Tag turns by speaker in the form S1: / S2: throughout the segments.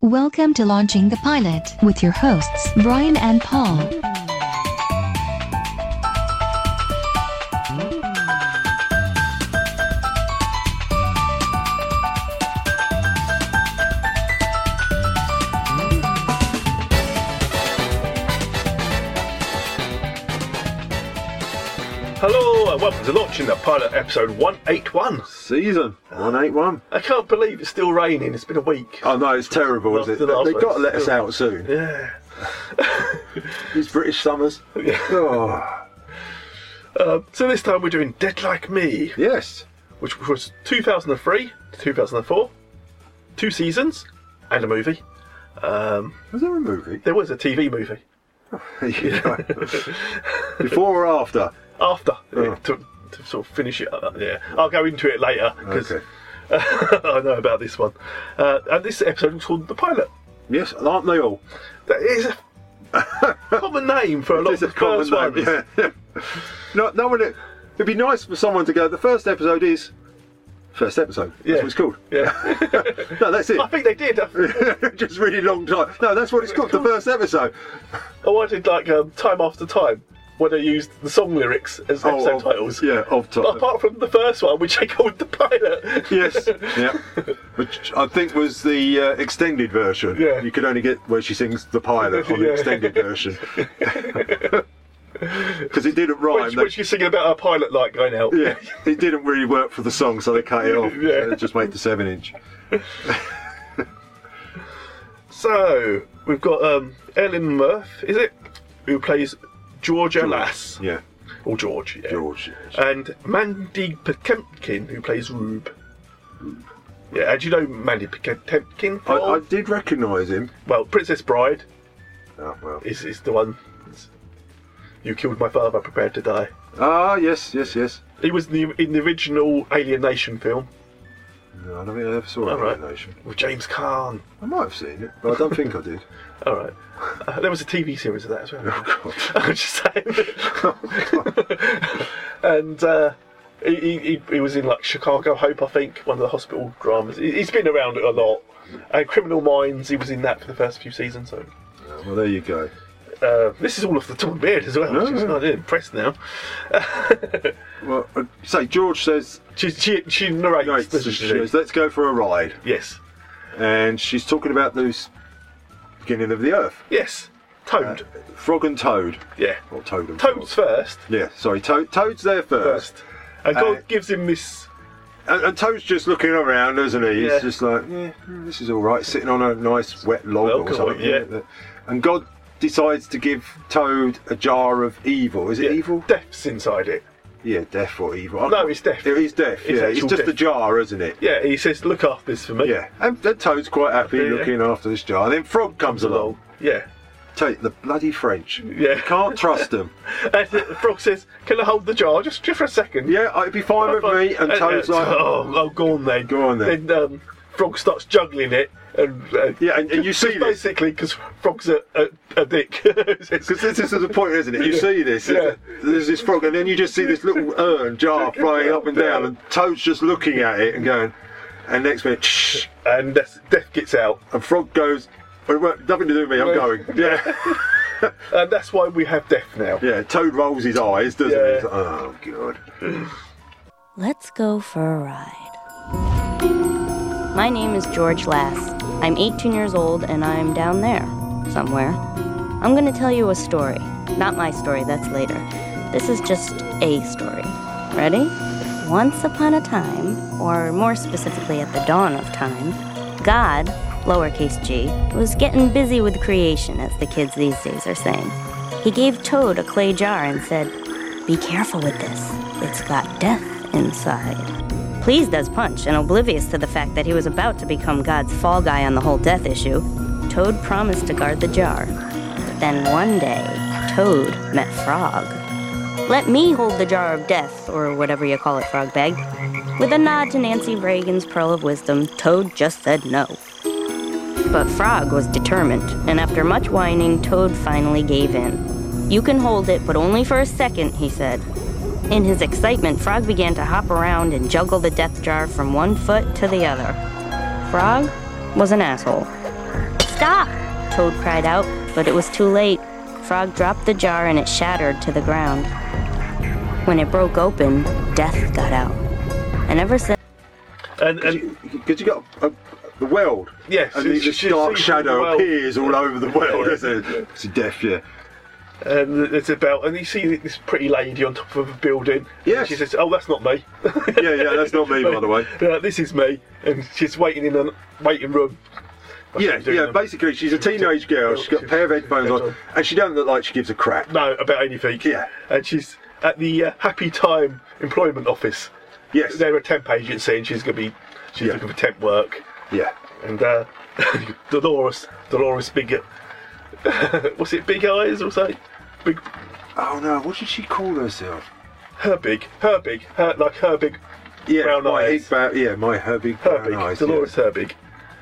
S1: Welcome to Launching the Pilot with your hosts, Brian and Paul.
S2: Hello and welcome to Launching the Pilot episode 181.
S3: Season 181.
S2: I can't believe it's still raining, it's been a week.
S3: I know, Oh, it's terrible, is it?
S2: After that,
S3: They've
S2: but
S3: got to let
S2: it's
S3: us
S2: still-
S3: out soon.
S2: Yeah.
S3: These British summers. Oh,
S2: Uh, so this time we're doing Dead Like Me,
S3: yes.
S2: which was 2003 to 2004, two seasons, and a movie. Um,
S3: Was there a movie?
S2: there was a TV movie.
S3: Yeah. Before or after?
S2: After,
S3: Oh.
S2: to, to sort of finish it up, yeah. I'll go into it later, because
S3: Okay.
S2: I know about this one. Uh, and this episode was called The Pilot.
S3: Yes, aren't they all?
S2: That is a common name for a lot
S3: It's
S2: of the first
S3: name,
S2: ones.
S3: yeah. no, no one. It'd be nice for someone to go. The first episode is first episode. That's
S2: Yeah.
S3: what it's called.
S2: yeah.
S3: No, that's it.
S2: I think they did. I
S3: Just really long time. No, that's what it's called. The first episode.
S2: Oh, I did like um, time after time when they used the song lyrics as
S3: Oh,
S2: episode
S3: of-
S2: titles.
S3: Yeah, of time.
S2: Apart from the first one, which I called the pilot.
S3: Yes. yeah. Which I think was the uh, extended version.
S2: Yeah.
S3: You could only get where she sings the pilot on
S2: Yeah.
S3: the extended version. Because it didn't rhyme.
S2: which,
S3: that-
S2: which you're singing about a pilot light going out.
S3: yeah, it didn't really work for the song, so they cut it off.
S2: Yeah.
S3: So they just made the seven inch.
S2: So we've got um, Ellen Murph, is it, who plays Georgia Lass
S3: Yeah,
S2: or George? Yeah.
S3: George.
S2: And Mandy Potemkin, who plays Rube. Yeah, and you know Mandy Potemkin
S3: I,
S2: from
S3: I did recognise him.
S2: well Princess Bride
S3: Oh well.
S2: is is the one. You killed my father, prepared to die.
S3: Ah yes, yes, yes.
S2: He was in the, in the original Alien Nation film
S3: No, I don't think I ever saw
S2: All
S3: it
S2: right.
S3: in Nation.
S2: with James Caan.
S3: I might have seen it, but I don't think I did.
S2: All right. Uh, there was a TV series of that as well.
S3: God.
S2: I'm just saying. and uh, he, he, he- he was in like Chicago Hope, I think, one of the hospital dramas. He, he's been around a lot. And Criminal Minds, he was in that for the first few seasons. So
S3: Yeah, well, there you go.
S2: uh, this is all off the top of my head as well.
S3: No,
S2: I'm just
S3: no.
S2: not impressed now.
S3: Well, uh, say George says,
S2: She she, she narrates
S3: no,
S2: the
S3: she says, "Let's go for a ride."
S2: Yes,
S3: and she's talking about this beginning of the earth.
S2: yes, Toad.
S3: Uh, Frog and Toad.
S2: yeah,
S3: Or Toad and
S2: Toad's
S3: Frog.
S2: first.
S3: Yeah, sorry, Toad, Toad's there first.
S2: First, and God
S3: Uh,
S2: gives him this
S3: And, and Toad's just looking around, isn't he? He's
S2: Yeah.
S3: just like, yeah, hmm, this is all right, sitting on a nice wet log
S2: Well,
S3: or
S2: cool,
S3: something.
S2: yeah.
S3: And God decides to give Toad a jar of evil. Is it
S2: yeah,
S3: evil?
S2: death's inside it.
S3: Yeah, death or evil. I
S2: No,
S3: can't-
S2: it's death.
S3: It is death,
S2: It's
S3: yeah. It's
S2: actual
S3: just a
S2: death.
S3: jar, isn't it?
S2: Yeah, he says, "Look after this for me."
S3: Yeah. And, and Toad's quite happy
S2: Yeah.
S3: looking after this jar. And then Frog comes along.
S2: Yeah.
S3: Take the bloody French.
S2: Yeah.
S3: You can't trust them.
S2: And uh, Frog says, "Can I hold the jar just, just for a second? uh,
S3: Yeah, uh, it'd be fine with me. And Toad's like,
S2: "Oh, oh, go on then,
S3: Go on then.
S2: Then um, Frog starts juggling it, and uh,
S3: yeah, and, and you
S2: just
S3: see this
S2: basically because Frog's a, a, a dick.
S3: because this is the point, isn't it? You see this,
S2: Yeah.
S3: there's this frog, and then you just see this little urn jar flying up and down, and Toad's just looking at it and going, and next minute, shh,
S2: and that's, Death gets out,
S3: and Frog goes, well, it won't- nothing to do with me, I'm going. Yeah,
S2: and that's why we have Death now.
S3: yeah. Toad rolls his eyes, doesn't he?
S2: Yeah.
S3: He's like, oh god.
S4: Let's go for a ride. My name is George Lass. I'm 18 years old and I'm down there, somewhere. I'm gonna tell you a story. Not my story, that's later. This is just a story. Ready? Once upon a time, or more specifically at the dawn of time, God, lowercase g, was getting busy with creation, as the kids these days are saying. He gave Toad a clay jar and said, be careful with this. It's got death inside. Pleased as Punch and oblivious to the fact that he was about to become God's fall guy on the whole death issue, Toad promised to guard the jar. But then one day, Toad met Frog. Let me hold the jar of death, or whatever you call it, Frog Bag. With a nod to Nancy Reagan's pearl of wisdom, Toad just said no. But Frog was determined, and after much whining, Toad finally gave in. You can hold it, but only for a second, he said. In his excitement, Frog began to hop around and juggle the death jar from one foot to the other. Frog was an asshole. Stop! Toad cried out, but it was too late. Frog dropped the jar and it shattered to the ground. When it broke open, death got out. And ever since.
S2: And,
S3: Because
S2: and
S3: you, 'cause you got a, the world.
S2: Yes,
S3: And the,
S2: it's-
S3: this
S2: you
S3: dark
S2: see the
S3: shadow
S2: world.
S3: appears all over the world,
S2: Yeah.
S3: isn't it? It's death, yeah.
S2: and it's about and you see this pretty lady on top of a building. Yeah.
S3: Yes.
S2: She says, "Oh, that's not me."
S3: Yeah, yeah, that's not me, by the way.
S2: Uh, this is me, and she's waiting in a waiting room. That's
S3: Yeah,
S2: what she's
S3: yeah,
S2: doing.
S3: basically, she's a teenage girl, she's got a pair of headphones on, and she don't look like she gives a crap.
S2: No, about anything.
S3: Yeah.
S2: And she's at the uh, Happy Time Employment Office.
S3: Yes.
S2: They're a temp agency, and she's gonna be she's
S3: Yeah.
S2: looking for temp work.
S3: Yeah.
S2: And uh, Dolores, Dolores Big, what's it? Big eyes, or something? Big,
S3: Oh no, what did she call herself?
S2: her big, her big, her like her big,
S3: Yeah,
S2: Brown
S3: my
S2: eyes.
S3: big ba- yeah, my Herbie
S2: her
S3: brown
S2: big,
S3: eyes.
S2: Dolores,
S3: Ah, yeah.
S2: her big.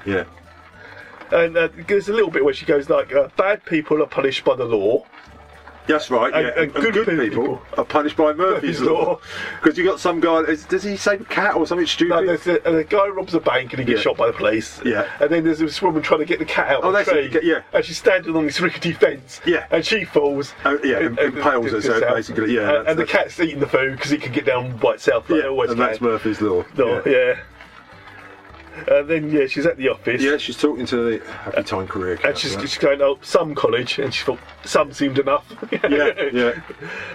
S3: yeah.
S2: And uh, there's a little bit where she goes like, uh, "Bad people are punished by the law."
S3: That's right.
S2: And-
S3: yeah.
S2: and good
S3: people,
S2: people
S3: are punished by Murphy's
S2: Murphy's law.
S3: law because you got some guy. Is, does he save a cat or something
S2: No,
S3: stupid?
S2: there's a, and a guy robs a bank and he gets
S3: Yeah.
S2: shot by the police.
S3: Yeah.
S2: And then there's this woman trying to get the cat out
S3: Oh,
S2: of the
S3: that's
S2: tree.
S3: it, yeah.
S2: And she's standing on this rickety fence.
S3: Yeah.
S2: And she falls.
S3: Oh, yeah,
S2: and-
S3: impales herself,
S2: and-
S3: basically, yeah,
S2: And,
S3: that's-
S2: and the cat's eating the food because it can get down by itself. Like
S3: yeah,
S2: it always
S3: and
S2: can.
S3: that's Murphy's law.
S2: No,
S3: yeah.
S2: yeah. And then yeah, she's at the office.
S3: Yeah, she's talking to the Happy Time Career.
S2: And she's,
S3: Council.
S2: she's going, oh, some college, and she thought some seemed enough.
S3: yeah, yeah,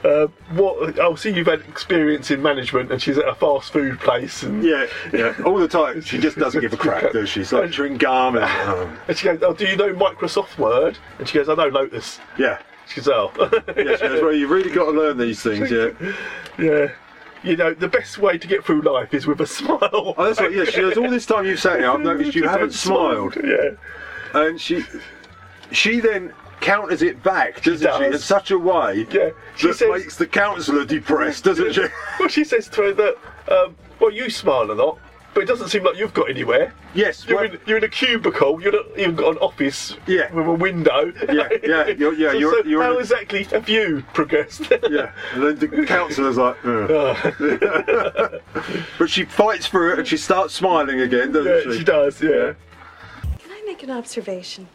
S2: Uh, what? Oh, see, you've had experience in management, and she's at a fast food place, and
S3: yeah, yeah. All the time, she just doesn't give a crap, does she? She's like chewing gum and um,
S2: And she goes, Oh, do you know Microsoft Word? And she goes, I know Lotus.
S3: yeah.
S2: She goes, Oh.
S3: Yeah, she goes, well, you've really got to learn these things, yeah.
S2: yeah. You know, the best way to get through life is with a smile.
S3: Oh, that's right, yeah. She goes, all this time you've sat here, I've noticed you
S2: Just
S3: haven't smiled.
S2: Yeah.
S3: and she she then counters it back, doesn't she,
S2: does.
S3: in such a way
S2: Yeah. She
S3: that
S2: says-
S3: makes the counsellor depressed, doesn't she?
S2: Well, she says to her that, um, Well, you smile a lot, but it doesn't seem like you've got anywhere.
S3: yes,
S2: You're,
S3: well,
S2: in, you're in a cubicle, you've not even got an office
S3: Yeah.
S2: with a window.
S3: Yeah, yeah, you're- yeah,
S2: so,
S3: you're-
S2: so
S3: you're in
S2: how
S3: a-
S2: exactly have you progressed?
S3: yeah. And then the counsellor's like, "Ugh." but she fights through it and she starts smiling again,
S2: Oh. Yeah,
S3: doesn't she?
S2: she does, yeah.
S5: Can I make an observation?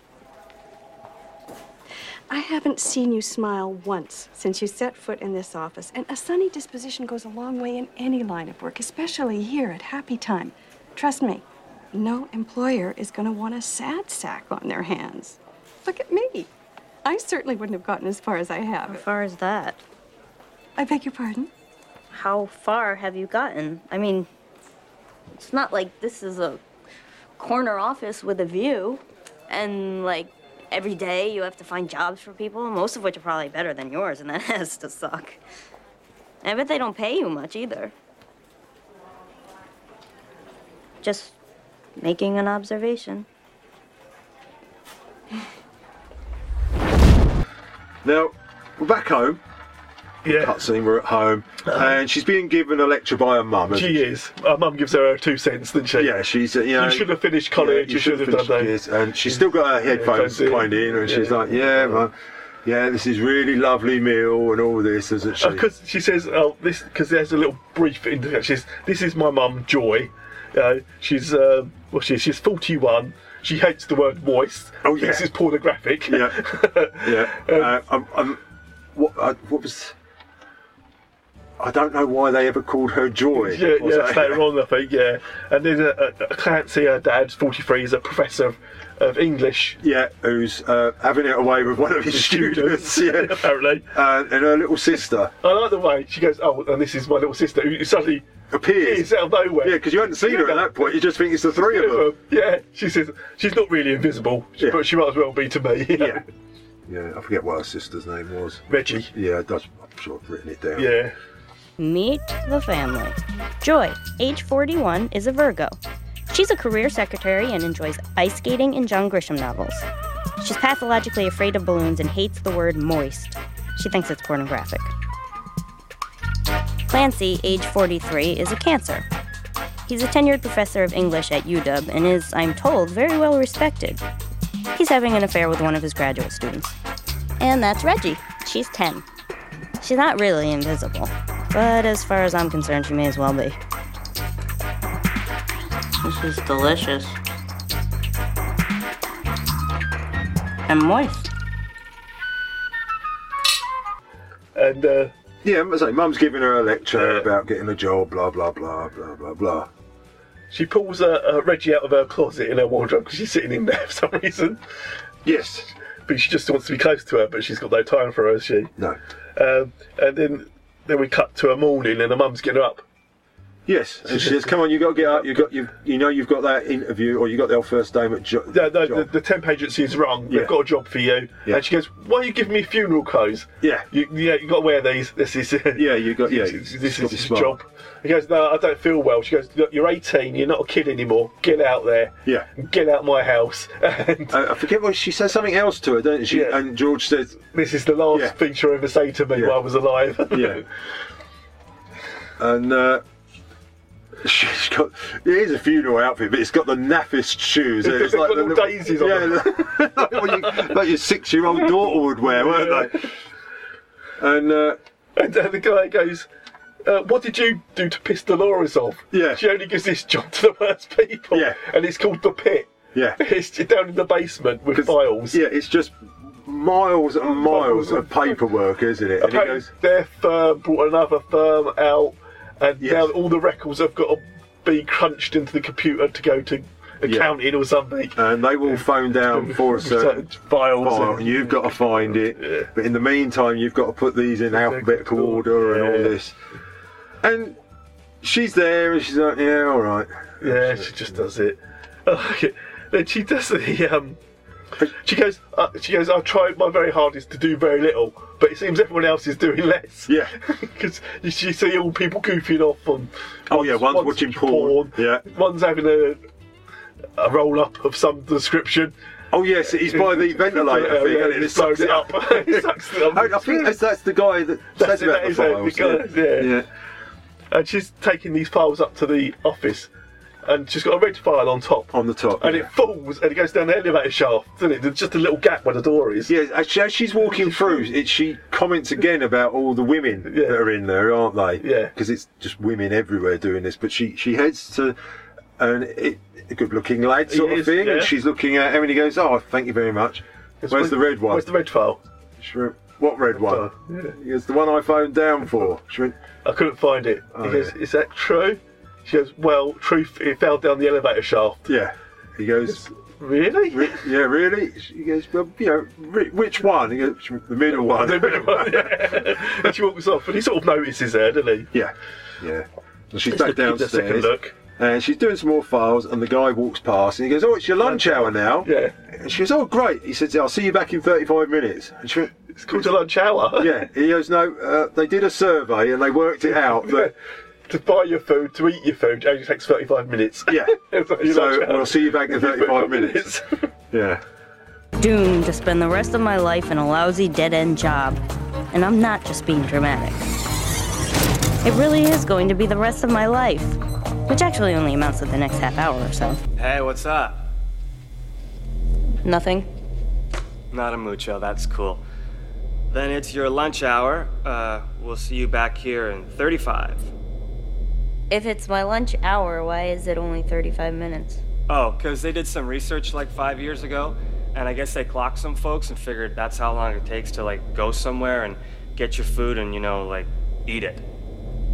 S5: I haven't seen you smile once since you set foot in this office, and a sunny disposition goes a long way in any line of work, especially here at Happy Time. Trust me, no employer is going to want a sad sack on their hands. Look at me. I certainly wouldn't have gotten as far as I
S4: How
S5: have.
S4: far is that?
S5: I beg your pardon?
S4: How far have you gotten? I mean, it's not like this is a corner office with a view, and like every day you have to find jobs for people, most of which are probably better than yours, and that has to suck. I bet they don't pay you much either. Just making an observation.
S3: Now, we're back home.
S2: Yeah.
S3: Cutscene, we're at home. And she's being given a lecture by her mum. isn't
S2: Uh-huh. She is. Her mum gives her her two cents, doesn't she?
S3: Yeah, she's uh, you know.
S2: You should have finished college, you should have
S3: finished
S2: done that.
S3: this, And she's still got her headphones
S2: Yeah,
S3: playing in, and she's
S2: yeah.
S3: like, "Yeah, mum, yeah, this is really lovely meal and all this, isn't she?"
S2: because Uh, she says, "Oh, this," because there's a little brief introduction. She says, "This is my mum, Joy. Uh, she's uh, well, she, she's 41. She hates the word moist.
S3: Oh, yeah.
S2: this is pornographic.
S3: yeah, yeah.
S2: Um,
S3: Uh, I'm, I'm, what, I, what was? I don't know why they ever called her Joy.
S2: Yeah, yeah,
S3: Was
S2: that's
S3: that-
S2: that wrong, I think, yeah. And then uh, uh, Clancy, her dad, 43, is a professor of, of English.
S3: Yeah, who's uh, having it away with one of his students? Yeah,
S2: apparently.
S3: uh, and her little sister
S2: I like the way she goes, oh, and this is my little sister, who suddenly
S3: appears.
S2: is out of nowhere.
S3: Yeah, because you hadn't seen her at that point. You just think it's the three of them.
S2: Um, Yeah, she says, she's not really invisible,
S3: Yeah.
S2: but she might as well be to me.
S3: Yeah. Yeah, I forget what her sister's name was.
S2: Reggie.
S3: Yeah, that's, I'm sure I've written it down.
S2: Yeah.
S4: Meet the family. Joy, age 41, is a Virgo. She's a career secretary and enjoys ice skating and John Grisham novels. She's pathologically afraid of balloons and hates the word moist. She thinks it's pornographic. Clancy, age 43, is a Cancer. He's a tenured professor of English at UW and is, I'm told, very well respected. He's having an affair with one of his graduate students. And that's Reggie. She's 10. She's not really invisible, but as far as I'm concerned, she may as well be. This is delicious. and moist.
S2: And uh,
S3: Yeah, I say, mum's giving her a lecture
S2: Yeah.
S3: about getting a job, blah, blah, blah, blah, blah, blah.
S2: she pulls uh, uh, Reggie out of her closet in her wardrobe because she's sitting in there for some reason.
S3: Yes.
S2: But she just wants to be close to her, but she's got no time for her, has she?
S3: No.
S2: Um, and then then we cut to her morning and her mum's getting her up.
S3: Yes. And she says, come on, you got to get up. You got you. You know you've got that interview or you got their first day at jo-
S2: No, no, the,
S3: job.
S2: the temp agency is wrong.
S3: Yeah.
S2: They've got a job for you.
S3: Yeah.
S2: And she goes, "Why are you giving me funeral clothes?
S3: Yeah.
S2: you, yeah, you got to wear these. This is
S3: Yeah, you got- yeah,
S2: this,
S3: you-
S2: this
S3: you
S2: is
S3: gotta be
S2: his
S3: smart.
S2: job." He goes, "No, I don't feel well." She goes, "Look, you're 18. You're not a kid anymore. Get out there.
S3: Yeah.
S2: get out my house." And
S3: I, I forget what she says something else to her, don't she?
S2: Yeah.
S3: And George says,
S2: this is the last
S3: Yeah.
S2: thing she'll ever say to me
S3: Yeah.
S2: while I was alive.
S3: yeah. and uh, she's got. It is a funeral outfit, but it's got the naffest shoes. and
S2: It's
S3: It's
S2: got little daisies on
S3: yeah,
S2: them.
S3: like, what you, like your six-year-old daughter would wear, weren't they? And uh,
S2: And uh, the guy goes, uh, "What did you do to piss Dolores off?
S3: Yeah.
S2: she only gives this job to the worst people.
S3: Yeah.
S2: and it's called the pit."
S3: yeah,
S2: It's down in the basement with files.
S3: yeah, it's just miles and miles
S2: Miles
S3: of paperwork, isn't it? And it
S2: Apparently
S3: goes,
S2: their firm brought another firm out, and
S3: Yes.
S2: now all the records have got to be crunched into the computer to go to accounting or something.
S3: and they will phone down for a certain
S2: files.
S3: Uh, file
S2: and-
S3: and you've got to find it.
S2: Yeah.
S3: But in the meantime, you've got to put these in alphabetical order and all
S2: Yeah.
S3: this. And she's there and she's like, yeah, all right.
S2: yeah, she just does it. I like it. Then she does the. Um, she goes. Uh, she goes. I tried my very hardest to do very little, but it seems everyone else is doing less.
S3: Yeah.
S2: because you, you see all people goofing off on.
S3: Oh, yeah, one's watching porn. Yeah.
S2: one's having a a roll up of some description.
S3: Oh, yes, he's by the ventilator thing,
S2: yeah,
S3: and it
S2: it blows
S3: sucks
S2: it up. It sucks it up.
S3: I I think that's, that's the guy that
S2: That's
S3: says
S2: it,
S3: about
S2: that
S3: the
S2: is it,
S3: files.
S2: because- yeah. And she's taking these files up to the office, and she's got a red file on top.
S3: On the top,
S2: and
S3: yeah.
S2: it falls and it goes down the elevator shaft, doesn't it? There's just a little gap where the door is.
S3: Yeah, as she- as she's walking through, it, she comments again about all the women
S2: Yeah.
S3: that are in there, aren't they?
S2: Yeah.
S3: Because it's just women everywhere doing this. But she, she heads to an, it, a good looking lad sort
S2: He
S3: of
S2: is,
S3: thing,
S2: yeah.
S3: and she's looking at him and he goes, Oh, thank you very much. Where's the red one?
S2: Where's the red file?
S3: She went, What red one?
S2: one, yeah.
S3: It's the one I phoned down for. She went,
S2: I couldn't find it.
S3: Oh,
S2: he goes, "Is that true?" She goes, "Well, truth, it fell down the elevator shaft."
S3: Yeah. He goes,
S2: Really?
S3: "Re- Yeah, really? She goes, Well, you know, re- which one? He goes, "She went, The middle one.
S2: The middle one, yeah. and she walks off, and he sort of notices her, doesn't he?
S3: Yeah, yeah. And she's
S2: Just
S3: back
S2: to give it a
S3: downstairs.
S2: second look.
S3: And she's doing some more files, and the guy walks past, and he goes, "Oh, it's your lunch hour now."
S2: Yeah.
S3: And she goes, "Oh, great." He says, "I'll see you back in 35 minutes." And she went,
S2: It's called a lunch hour.
S3: "Yeah." He goes, "No, uh, they did a survey, and they worked it out that
S2: to buy your food, to eat your food, it only takes 35 minutes.
S3: yeah."
S2: It's like your
S3: so
S2: lunch hour.
S3: we'll see you back in 35 minutes. Yeah.
S4: Doomed to spend the rest of my life in a lousy dead end job. And I'm not just being dramatic. It really is going to be the rest of my life, which actually only amounts to the next half hour or so.
S6: Hey, what's up?
S4: Nothing.
S6: Not a mucho, that's cool. Then it's your lunch hour. Uh, we'll see you back here in 35.
S4: If it's my lunch hour, why is it only 35 minutes?
S6: Oh, 'cause they did some research like five years ago, and I guess they clocked some folks and figured that's how long it takes to like go somewhere and get your food and, you know, like eat it.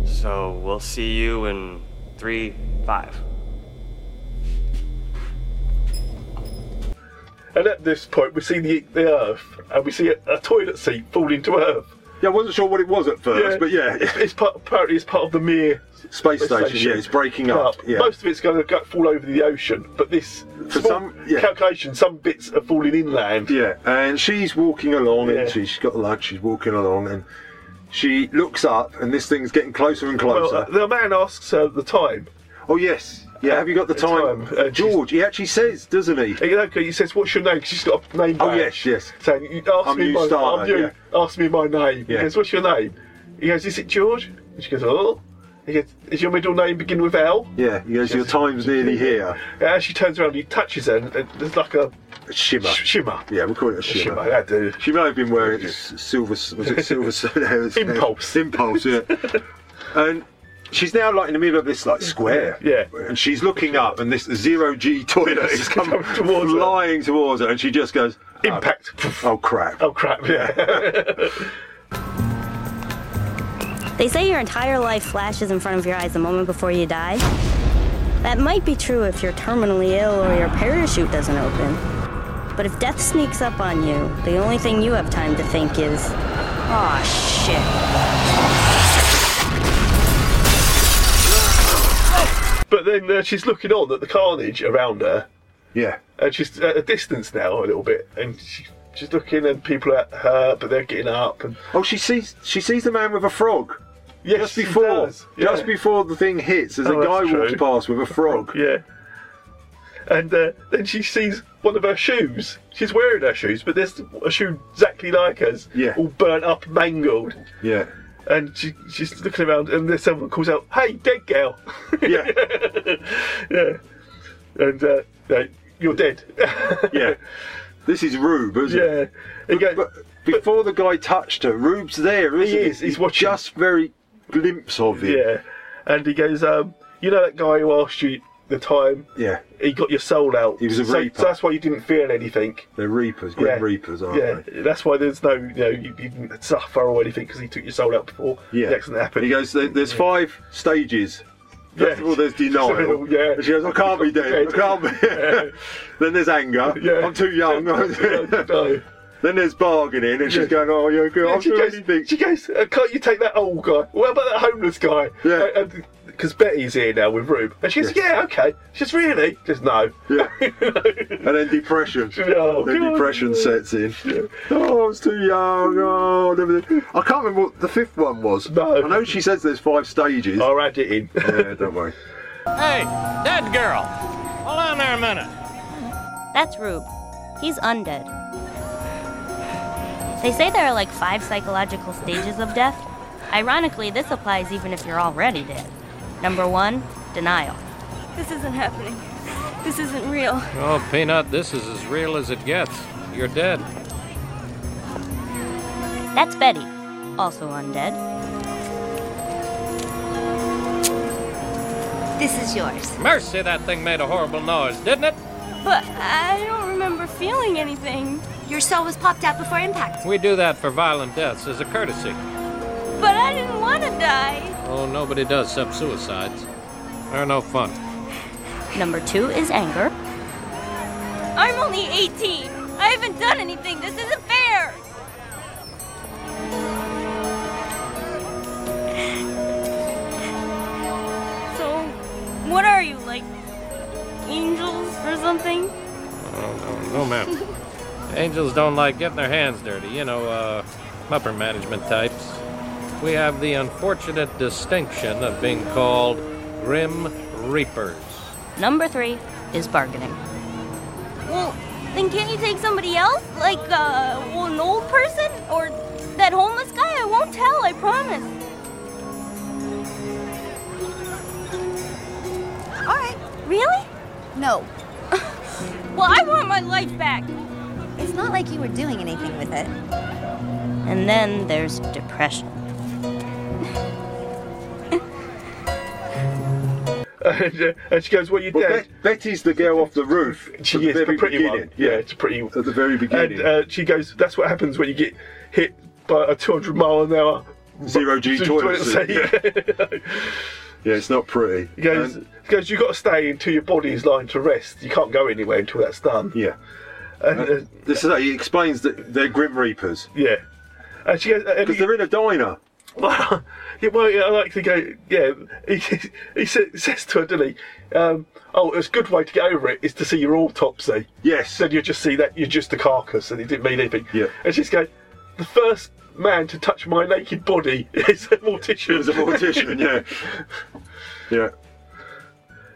S6: So we'll see you in 3 5.
S2: And at this point, we see the, the earth, and we see a, a toilet seat falling to earth.
S3: Yeah, I wasn't sure what it was at first, but yeah,
S2: it's, it's part, apparently it's part of the mere
S3: space station. Yeah, it's breaking up. Yeah.
S2: Most of it's going to go, fall over the ocean, but this
S3: For
S2: small
S3: some- yeah.
S2: calculation, some bits are falling inland.
S3: Yeah, and she's walking along,
S2: Yeah.
S3: and she, she's got a lunch. She's walking along, and she looks up, and this thing's getting closer and closer.
S2: Well, uh, the man asks her the time.
S3: oh yes, yeah. Have you got the
S2: the
S3: time,
S2: time, uh,
S3: George? He actually says, doesn't he?
S2: And, you know, he says, "What's your name?" 'Cause she's got a name.
S3: Oh,
S2: badge.
S3: yes, yes.
S2: Saying, "You- "Ask
S3: I'm
S2: me
S3: you
S2: my
S3: starter,
S2: I'm you.
S3: yeah.
S2: Ask me my name."
S3: Yeah.
S2: He goes, "What's your name?" He goes, "Is it George?" And she goes, "Oh." He goes, "Is your middle name begin with L?"
S3: Yeah. He goes, your time's nearly here.
S2: And as she turns around, he touches her, and and there's like a
S3: Shimmer.
S2: sh- shimmer.
S3: yeah, we call it a
S2: Shimmer,
S3: shimmer.
S2: that dude.
S3: She may have been wearing s- silver. s- Was it silver? s- no, it's-
S2: Impulse.
S3: Impulse. Yeah. and. She's now like in the middle of this like square,
S2: Yeah.
S3: and she's looking up, and this zero G toilet is coming
S2: Coming towards her.
S3: flying towards her, and she just goes,
S2: Impact.
S3: Oh crap.
S2: Oh crap! Yeah.
S4: They say your entire life flashes in front of your eyes the moment before you die. That might be true if you're terminally ill or your parachute doesn't open. But if death sneaks up on you, the only thing you have time to think is, aw, shit.
S2: but then uh, she's looking on at the carnage around her,
S3: Yeah.
S2: and she's at a distance now a little bit, and she, she's looking, and people are at her, but they're getting up, and
S3: Oh, she sees she sees the man with a frog
S2: yes,
S3: just
S2: she
S3: before
S2: does, yeah.
S3: just before the thing hits. There's
S2: Oh,
S3: a
S2: that's
S3: guy walks
S2: true.
S3: past with a frog.
S2: yeah. And uh, then she sees one of her shoes. She's wearing her shoes, but there's a shoe exactly like hers,
S3: Yeah.
S2: all burnt up, mangled.
S3: Yeah.
S2: And she, she's looking around, and then someone calls out, "Hey, dead girl!"
S3: Yeah.
S2: yeah, and uh, no, you're dead.
S3: Yeah. This is Rube, isn't it?
S2: yeah. He goes,
S3: But before the guy touched her, Rube's there, isn't
S2: is, he's
S3: You
S2: watching.
S3: Just very glimpse of him.
S2: yeah, and he goes, um, "You know that guy who asked you the time?
S3: Yeah.
S2: He got your soul out.
S3: He was a
S2: so,
S3: reaper.
S2: so that's why you didn't feel anything."
S3: They're reapers, grim
S2: Yeah.
S3: reapers, aren't
S2: yeah,
S3: they?
S2: that's why there's no, you know, you, you didn't suffer or anything because he took your soul out before
S3: Yeah.
S2: the accident happened.
S3: He goes, there- there's five stages. First
S2: Yeah.
S3: of all, there's denial.
S2: Yeah.
S3: And she goes, I can't be dead. I can't be. then there's anger.
S2: Yeah.
S3: I'm too young.
S2: no.
S3: then there's bargaining, and she's
S2: Yeah.
S3: going, Oh, you're good.
S2: Yeah,
S3: I'm
S2: she
S3: doing
S2: goes,
S3: anything.
S2: she goes, uh, can't you take that old guy? What about that homeless guy?
S3: Yeah.
S2: Because Betty's here now with Rube. And she goes, yeah, okay. She says, really? She says, no.
S3: Yeah. and then depression.
S2: Oh,
S3: then
S2: God.
S3: depression sets in. Oh, I was too young. Oh, and everything. I can't remember what the fifth one was.
S2: No. Oh.
S3: I know she says there's five stages.
S2: I'll add it in.
S3: Yeah, don't worry.
S7: Hey, dead girl. Hold on there a minute.
S4: That's Rube. He's undead. They say there are like five psychological stages of death. Ironically, this applies even if you're already dead. Number one, denial.
S8: This isn't happening. This isn't real.
S7: Oh, Peanut, this is as real as it gets. You're dead.
S4: That's Betty, also undead.
S8: This is yours.
S7: Mercy, that thing made a horrible noise, didn't it?
S8: But I don't remember feeling anything. Your soul was popped out before impact.
S7: We do that for violent deaths as a courtesy.
S8: But I didn't want to die.
S7: Oh, nobody does except suicides. They're no fun.
S4: Number two is anger.
S8: I'm only 18. I haven't done anything. This isn't fair.
S4: So, what are you, like angels or something?
S7: Oh, no, no, ma'am. Angels don't like getting their hands dirty, you know, uh, upper management types. We have the unfortunate distinction of being called Grim Reapers.
S4: Number three is bargaining.
S8: Well, then can't you take somebody else? Like, uh, well, an old person? Or that homeless guy? I won't tell, I promise. All right.
S4: Really?
S9: No,
S8: Well, I want my life back.
S9: it's not like you were doing anything with it.
S4: And then there's depression.
S2: and, uh, and she goes, well, you're
S3: Well,
S2: dead.
S3: Bet- Betty's the girl off the roof.
S2: She
S3: at the
S2: is the
S3: very
S2: pretty
S3: beginning.
S2: one. Yeah, it's a pretty
S3: At the very beginning.
S2: And uh, she goes, that's what happens when you get hit by a 200 mile an hour.
S3: Zero G toilet seat. Yeah.
S2: seat.
S3: Yeah, it's not pretty.
S2: He goes,
S3: And-
S2: he goes, you've got to stay until your body is lying to rest. You can't go anywhere until that's done.
S3: yeah.
S2: And, uh,
S3: This is, he explains that they're Grim Reapers.
S2: yeah. And she goes, uh, and
S3: Because
S2: he,
S3: they're in a diner.
S2: well, yeah, well, yeah, I like to go, yeah. He, he sa- says to her, doesn't he? Um, oh, it's a good way to get over it is to see your autopsy.
S3: Yes.
S2: Then you just see that you're just a carcass and it didn't mean anything.
S3: Yeah.
S2: And she's going, the first man to touch my naked body is a mortician.
S3: There's a mortician, yeah. Yeah.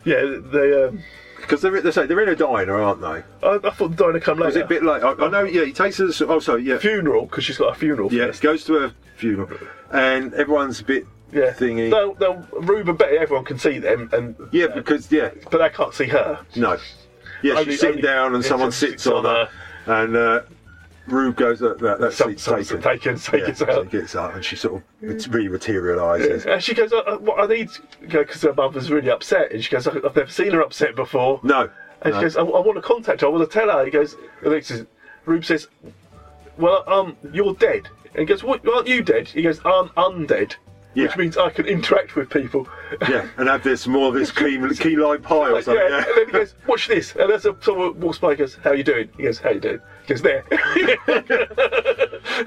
S2: yeah, they, um,
S3: Because they're, they say they're in a diner, aren't they?
S2: I, I thought the diner come later.
S3: Was it a bit like I, I know? Yeah, he takes us. Oh, sorry. Yeah,
S2: funeral, because she's got a funeral.
S3: yeah.
S2: first.
S3: Goes to a funeral, and everyone's a bit
S2: yeah.
S3: thingy.
S2: They'll, they'll, Rube and Betty, everyone can see them, and
S3: Yeah, because yeah,
S2: but they can't see her.
S3: no. Yeah,
S2: Only-
S3: she's sitting
S2: only-
S3: down, and
S2: yeah,
S3: someone
S2: someone
S3: sits on her, and uh, Rube goes, "That, that, that
S2: Some,
S3: seat's
S2: some
S3: taken."
S2: taken,
S3: Yeah,
S2: taken
S3: so
S2: out.
S3: he gets up, and she sort of re-materialises.
S2: And she goes, I, I, what I need, because her mother's really upset, and she goes, "I- I've never seen her upset before.
S3: No,
S2: And she
S3: no.
S2: goes, I, I want to contact her, I want to tell her. He goes, and this is, Rube says, "Well, um, you're dead." And he goes, "What? Aren't you dead?" He goes, "I'm undead."
S3: Yeah.
S2: Which means I can interact with people.
S3: Yeah, and have this more of this key, key lime pie or
S2: Like, yeah.
S3: something. Yeah.
S2: And then he goes, "Watch this." And as someone walks by, he goes, "How you doing?" He goes, "How you doing?" He goes, "There."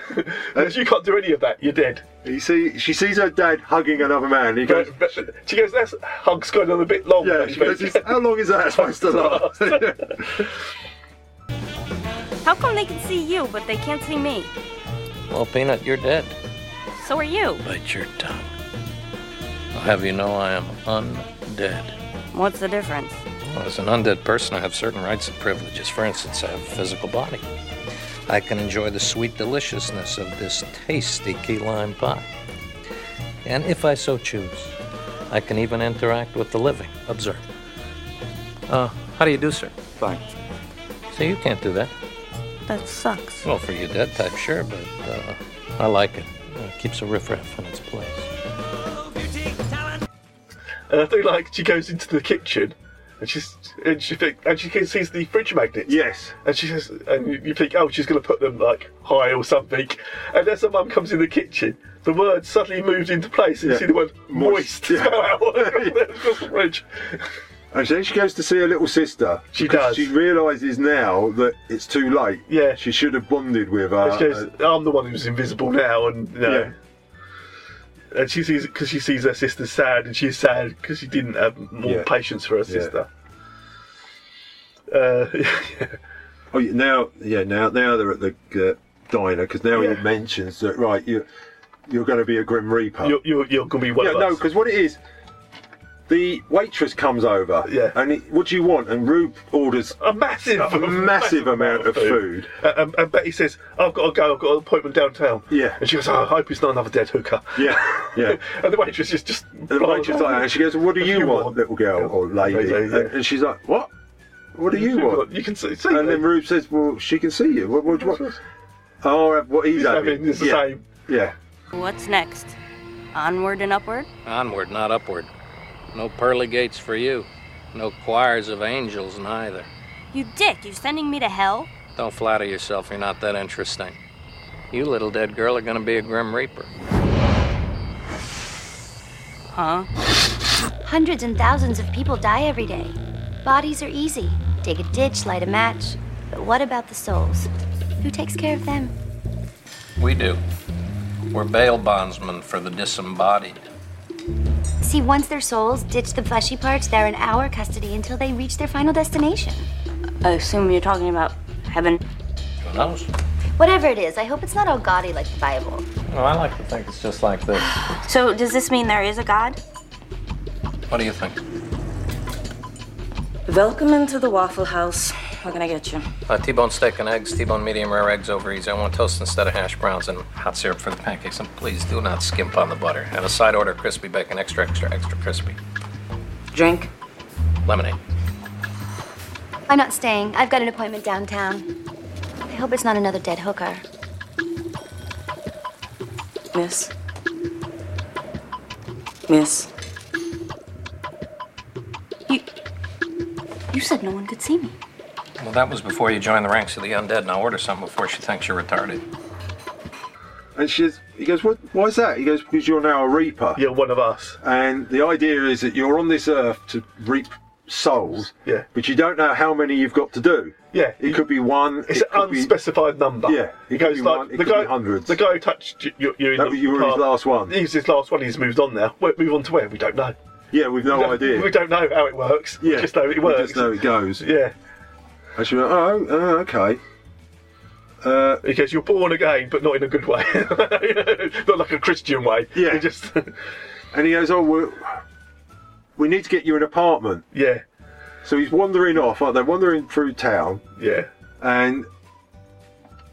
S2: He goes, you can't do any of that. You're dead.
S3: You see, she sees her dad hugging another man. He goes,
S2: But- but She goes, "That's hug's gone on a bit long."
S3: "Yeah."
S2: mate."
S3: She goes, "Is- "How long is that supposed to last?"
S8: How come they can see you, but they can't see me?
S7: Well, Peanut, you're dead.
S8: So are you.
S7: Bite your tongue. I'll have you know I am undead.
S4: What's the difference?
S7: Well, as an undead person, I have certain rights and privileges. For instance, I have a physical body. I can enjoy the sweet deliciousness of this tasty key lime pie. And if I so choose, I can even interact with the living. Observe. Uh, how do you do, sir?
S10: Fine.
S7: So you can't do that.
S4: That sucks.
S7: Well, for you dead type, sure, but uh, I like it. Uh, It keeps a riffraff in its place.
S2: And I do like she goes into the kitchen, and she's and she think, and she can- sees the fridge magnets.
S3: yes.
S2: And she says, and you, you think, oh, she's going to put them like high or something. And as her mum comes in the kitchen, the word suddenly moved into place, and you
S3: Yeah.
S2: see the word
S3: Moist.
S2: moist, go out across the fridge.
S3: And then she goes to see her little sister.
S2: She does.
S3: because She realises now that it's too late.
S2: Yeah.
S3: She should have bonded with her. Uh,
S2: And she goes, I'm the one who's invisible now, and you know.
S3: Yeah.
S2: And she sees because she sees her sister sad, and she's sad because she didn't have more
S3: Yeah.
S2: patience for her
S3: Yeah.
S2: sister. Uh,
S3: Oh, yeah, now, yeah, now, now they're at the uh, diner because now
S2: Yeah.
S3: it mentions that right, you, you're going to be a grim reaper.
S2: you're, you're, you're going to be one
S3: yeah,
S2: of
S3: no,
S2: us.
S3: because what it is, the waitress comes over.
S2: Yeah.
S3: And it, what do you want? And Rube orders
S2: a massive,
S3: a massive amount of food.
S2: And- And, and Betty says, "I've got to go. I've got an appointment downtown."
S3: Yeah.
S2: And she goes, oh, "I hope it's not another dead hooker."
S3: Yeah, yeah.
S2: and the waitress is just
S3: And the waitress like, that, and she goes, "What do you, want, little girl or lady?"
S2: Yeah.
S3: And, and she's like, "What? What do you want?"
S2: You can see. see
S3: And then
S2: that.
S3: Rube says, "Well, she can see you. What, what do you want?" Oh, what he's,
S2: He's
S3: having.
S2: having- it's the
S3: yeah.
S2: same.
S3: Yeah.
S4: What's next? Onward and upward?
S7: Onward, not upward. No pearly gates for you. No choirs of angels, neither.
S8: You dick, you sending me to hell?
S7: Don't flatter yourself, you're not that interesting. You little dead girl are gonna be a grim reaper.
S4: Huh?
S9: Hundreds and thousands of people die every day. Bodies are easy. Dig a ditch, light a match. But what about the souls? Who takes care of them?
S7: We do. We're bail bondsmen for the disembodied.
S9: See, once their souls ditch the fleshy parts, they're in our custody until they reach their final destination.
S4: I assume you're talking about heaven.
S7: Who knows?
S9: Whatever it is, I hope it's not all gaudy like the Bible.
S7: Well, I like to think it's just like this.
S4: So, does this mean there is a god?
S7: What do you think?
S4: Welcome into the Waffle House. How can I get you?
S7: Uh, T-bone steak and eggs, T-bone medium rare eggs over easy. I want toast instead of hash browns and hot syrup for the pancakes. And please do not skimp on the butter. And a side order of crispy bacon, extra, extra, extra crispy.
S4: Drink.
S7: Lemonade.
S9: I'm not staying. I've got an appointment downtown. I hope it's not another dead hooker.
S4: Miss. Miss.
S8: You. You said no one could see me.
S7: Well, that was before you joined the ranks of the undead. Now order something before she thinks you're retarded.
S3: And she says, "He goes, what? Why is that?" He goes, "Because you're now a reaper."
S2: You're one of us.
S3: And the idea is that you're on this earth to reap souls,
S2: Yeah.
S3: but you don't know how many you've got to do.
S2: Yeah.
S3: It could be one.
S2: It's
S3: it
S2: an
S3: could be-
S2: unspecified number.
S3: Yeah, it
S2: he
S3: could
S2: goes
S3: be
S2: like
S3: one, it
S2: the
S3: could
S2: guy.
S3: be hundreds.
S2: The guy who touched you. you- You're in
S3: That
S2: the
S3: was- you were his
S2: pub.
S3: last one.
S2: He was his last one. He's moved on now. Where- Move on to where? We don't know.
S3: Yeah, we've no idea.
S2: We don't know how it works.
S3: yeah,
S2: We just know
S3: we
S2: it works.
S3: just know it goes.
S2: Yeah.
S3: And she went, "Oh, uh, okay." Uh,
S2: Because you're born again, but not in a good way. not like a Christian way.
S3: Yeah.
S2: You just
S3: and he goes, "Oh, we we need to get you an apartment."
S2: yeah,
S3: So he's wandering off. Like they're wandering through town,
S2: yeah,
S3: and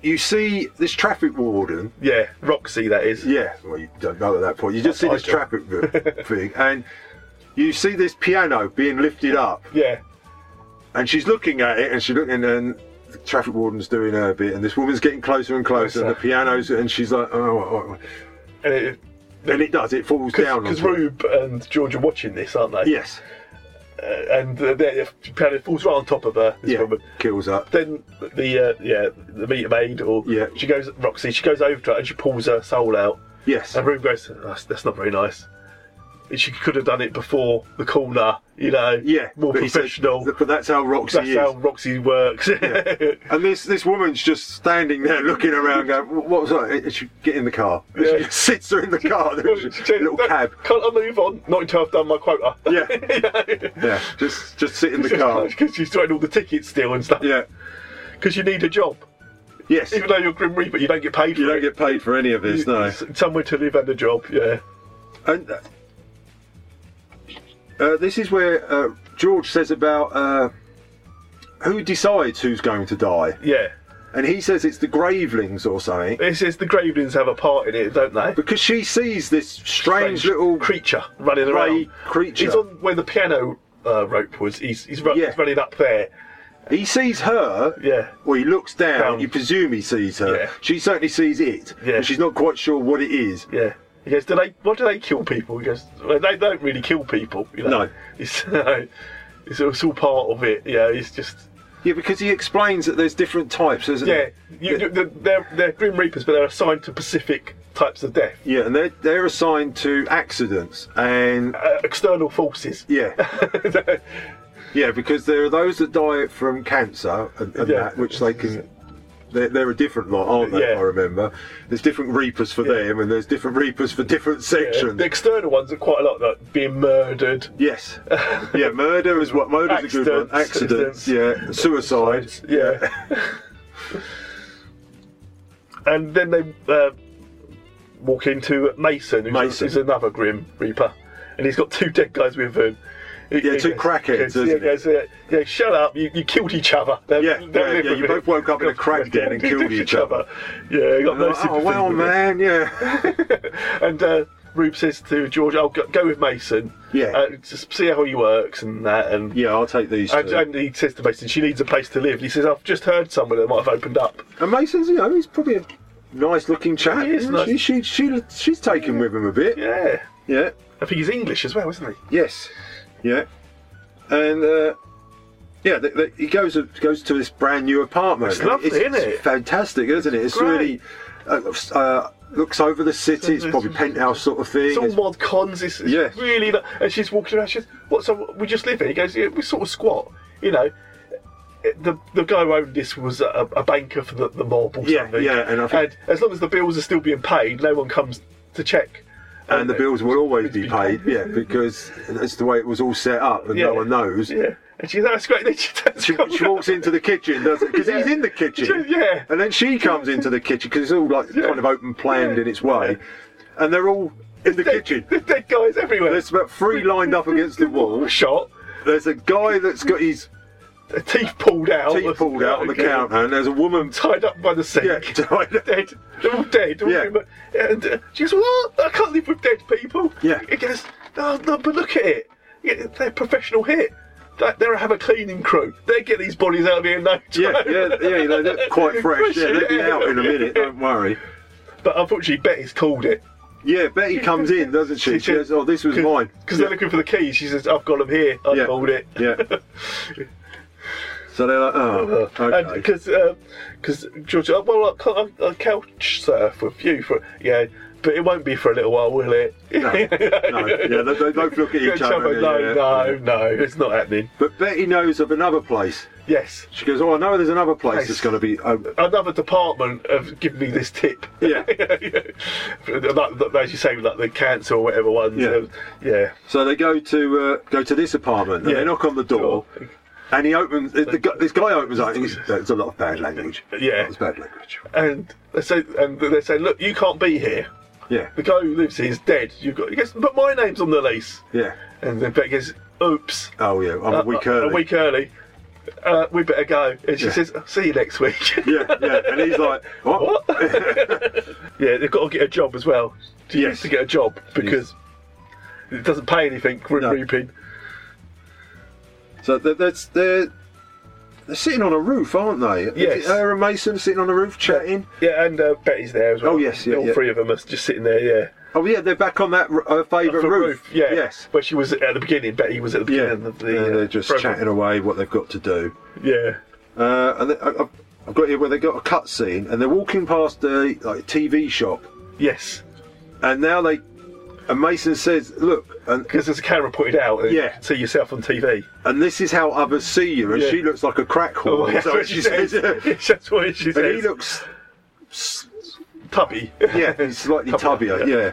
S3: you see this traffic warden.
S2: yeah. Roxy, that is.
S3: Yeah, well, you don't know at that point. You just see
S2: I
S3: this
S2: do.
S3: traffic th- thing, and you see this piano being lifted up,
S2: Yeah.
S3: and she's looking at it, and she's looking, and the traffic warden's doing her bit, and this woman's getting closer and closer, and the
S2: Closer.
S3: piano's, and she's like, oh, oh, oh.
S2: And it,
S3: and it does, it falls down.
S2: because
S3: onto it.
S2: Rube and George are watching this, aren't they?
S3: Yes.
S2: uh, and uh, then it kind of falls right on top of her. This
S3: Yeah,
S2: woman.
S3: kills her.
S2: Then the uh, yeah the meter maid or
S3: Yeah.
S2: she goes Roxy. She goes over to her and she pulls her soul out.
S3: Yes.
S2: And Rube goes, that's, that's not very nice. She could have done it before the corner, you know.
S3: Yeah,
S2: more
S3: but he said-
S2: professional.
S3: but that's how Roxy
S2: that's
S3: is.
S2: how Roxy works.
S3: And this this woman's just standing there looking around, going, "Wh- "What was that?" And she get in the car. And
S2: Yeah.
S3: She just sits her in the car. There's
S2: She
S3: a
S2: said,
S3: little
S2: "No,
S3: cab.
S2: Can't I move on? Not until I've done my quota.
S3: Yeah.
S2: You know?
S3: Yeah, just just sit in the car.
S2: Because she's throwing all the tickets still and stuff.
S3: Yeah.
S2: Because you need a job.
S3: Yes.
S2: Even though you're Grim Reaper, you don't get paid for
S3: You don't
S2: it.
S3: get paid for any of this, no.
S2: S- Somewhere to live and a job, yeah.
S3: And uh, uh, this is where uh, George says about uh, who decides who's going to die,
S2: Yeah.
S3: and he says it's the gravelings or something
S2: It says the Gravelings have a part in it, don't they?
S3: because she sees this strange, little
S2: creature running
S3: grey
S2: around.
S3: creature.
S2: He's on where the piano uh, rope was. He's he's, run,
S3: Yeah.
S2: he's running up there.
S3: He sees her.
S2: Yeah.
S3: Well, he looks down.
S2: Down.
S3: You presume he sees her.
S2: Yeah.
S3: She certainly sees it.
S2: Yeah.
S3: But she's not quite sure what it is.
S2: Yeah. He goes, do they? Why do they kill people? He goes, well, they don't really kill people. You know?
S3: No.
S2: It's, it's it's all part of it. Yeah. It's just
S3: Yeah, because he explains that there's different types, isn't
S2: yeah.
S3: there?
S2: You, you, they're- they're they're grim reapers, but they're assigned to specific types of death,
S3: Yeah, and they're, they're assigned to accidents and
S2: uh, external forces.
S3: yeah, yeah, because there are those that die from cancer and, and
S2: Yeah.
S3: that, which they can. They're, they're a different lot, aren't they?
S2: Yeah.
S3: I remember. There's different reapers for them, and there's different reapers for different
S2: Yeah.
S3: sections.
S2: The external ones are quite a lot, like being murdered.
S3: Yes. Yeah, murder is what murder's a good one.
S2: Accidents.
S3: Accidents. Yeah. Suicide.
S2: Yeah. and then they uh, walk into Mason, who's,
S3: Mason.
S2: is another Grim Reaper, and he's got two dead guys with him. He-
S3: Yeah,
S2: he
S3: two
S2: goes-
S3: crackheads,
S2: goes-
S3: isn't
S2: yeah,
S3: it?
S2: goes, yeah, yeah, shut up! You, you killed each other. They're-
S3: Yeah,
S2: they're
S3: yeah, yeah,
S2: living
S3: you
S2: with
S3: both
S2: it.
S3: woke up in a crack den and killed each other.
S2: Yeah, got no sympathy
S3: oh well,
S2: with it.
S3: man, yeah.
S2: And uh, Rube says to George, "I'll go, go with Mason.
S3: Yeah.
S2: uh, just see how he works and that." And
S3: Yeah, I'll take these
S2: and,
S3: two. And,
S2: and he says to Mason, she needs a place to live. And he says, I've just heard someone that might have opened up.
S3: Mason's, you know, he's probably a nice-looking chap.
S2: He is
S3: She-
S2: nice.
S3: She, she, she's taken with him a bit.
S2: Yeah.
S3: Yeah.
S2: I think he's English as well, isn't he?
S3: Yes. Yeah. And uh, yeah, th th he goes uh, goes to this brand new apartment.
S2: It's lovely,
S3: it's,
S2: isn't it?
S3: it's fantastic, isn't it? It's
S2: Great.
S3: really uh, uh, looks over the city. It's probably penthouse sort of thing.
S2: It's all
S3: It's-
S2: mod cons. It's, it's
S3: Yes.
S2: really. not- And she's walking around. She's, what, so we just live here? He goes, yeah, we sort of squat, you know. It- The, the guy who owned this was a, a banker for the, the mob or
S3: Yeah,
S2: something.
S3: yeah, and I think-
S2: and as long as the bills are still being paid, no one comes to check.
S3: and the bills will always be
S2: be
S3: paid, yeah, because that's the way it was all set up, and
S2: Yeah.
S3: no one knows.
S2: Yeah. And she's that's great. Then she, turns
S3: She,
S2: around.
S3: she walks into the kitchen, doesn't? Because he's in the kitchen.
S2: Yeah.
S3: And then she comes into the kitchen because it's all like
S2: Yeah.
S3: kind of open planned in its way, and they're all in the kitchen.
S2: There's dead guys everywhere.
S3: There's about three lined up against the wall.
S2: shot.
S3: There's a guy that's got his
S2: a teeth pulled out.
S3: teeth pulled out on the counter, and there's a woman.
S2: Tied up by the sink.
S3: Yeah, tied up.
S2: Dead. They're all dead. All
S3: Yeah.
S2: human. And uh, she goes, What? I can't live with dead people.
S3: Yeah.
S2: He goes, No, no, but look at it. Yeah, They're professional hit. They- They have a cleaning crew. They get these bodies out of here in no time.
S3: Yeah, yeah, yeah, they look quite fresh. Yeah, they'll be out in a minute, don't worry.
S2: But unfortunately, Betty's called it.
S3: Yeah, Betty comes in, doesn't she? She goes, Oh, this was mine.
S2: Because they're looking for the keys. She says, I've got them here. I
S3: Yeah.
S2: called it.
S3: Yeah. So they're like, Oh, okay.
S2: Because because uh, George, oh, well, I can't, I, I couch surf with you for yeah, but it won't be for a little while, will it?
S3: No, no, yeah, they, they both look at each other.
S2: no,
S3: yeah.
S2: no, no, it's not happening.
S3: But Betty knows of another place.
S2: Yes,
S3: She goes, Oh, I know there's another place
S2: Place.
S3: that's going to be open.
S2: another department have given me this tip.
S3: Yeah.
S2: Like- like, as you say, like the cancer or whatever ones.
S3: Yeah.
S2: uh, yeah.
S3: So they go to uh, go to this apartment and
S2: Yeah.
S3: they knock on the door. And he opens, the, gu this guy opens up. He's, there's a lot of bad language.
S2: Yeah.
S3: It's bad language.
S2: and they say, and they say, look, you can't be here.
S3: Yeah.
S2: The guy who lives here is dead. You've got, he goes, but my name's on the lease.
S3: Yeah.
S2: And then Beck goes, oops.
S3: Oh, yeah. I'm a week
S2: Uh,
S3: early.
S2: A week early. Uh, we better go. And she
S3: Yeah.
S2: says, see you next week.
S3: Yeah, yeah. And he's like, What?
S2: What? yeah, they've got to get a job as well. She
S3: Yes.
S2: needs to get a job because it doesn't pay anything, grim
S3: No.
S2: reaping.
S3: So they're, they're, they're, they're sitting on a roof, aren't they? Is it
S2: Yes.
S3: her and Mason sitting on the roof chatting.
S2: Yeah, and uh, Betty's there as well.
S3: Oh, yes, yeah,
S2: All
S3: yeah.
S2: three of them are just sitting there, yeah.
S3: Oh yeah, they're back on that r- uh, favourite
S2: For
S3: roof.
S2: Ruth, yeah.
S3: Yes.
S2: Where she was at the beginning. Betty was at the
S3: Yeah.
S2: beginning of the.
S3: Yeah,
S2: uh,
S3: they're just
S2: program.
S3: chatting away what they've got to do.
S2: Yeah.
S3: Uh, and they, I, I've- I've got here where they got a cut scene, and they're walking past a like TV shop,
S2: Yes.
S3: and now they, and Mason says, "Look," and
S2: Because there's a camera pointed out and you
S3: Yeah.
S2: can see yourself on TV.
S3: and this is how others see you, and
S2: Yeah. Oh,
S3: she looks like a crack whore.
S2: that's
S3: so
S2: what
S3: she says,
S2: that's what she
S3: and
S2: says.
S3: he looks,
S2: tubby.
S3: yeah, he's slightly
S2: Tubby,
S3: tubbier,
S2: yeah.
S3: yeah.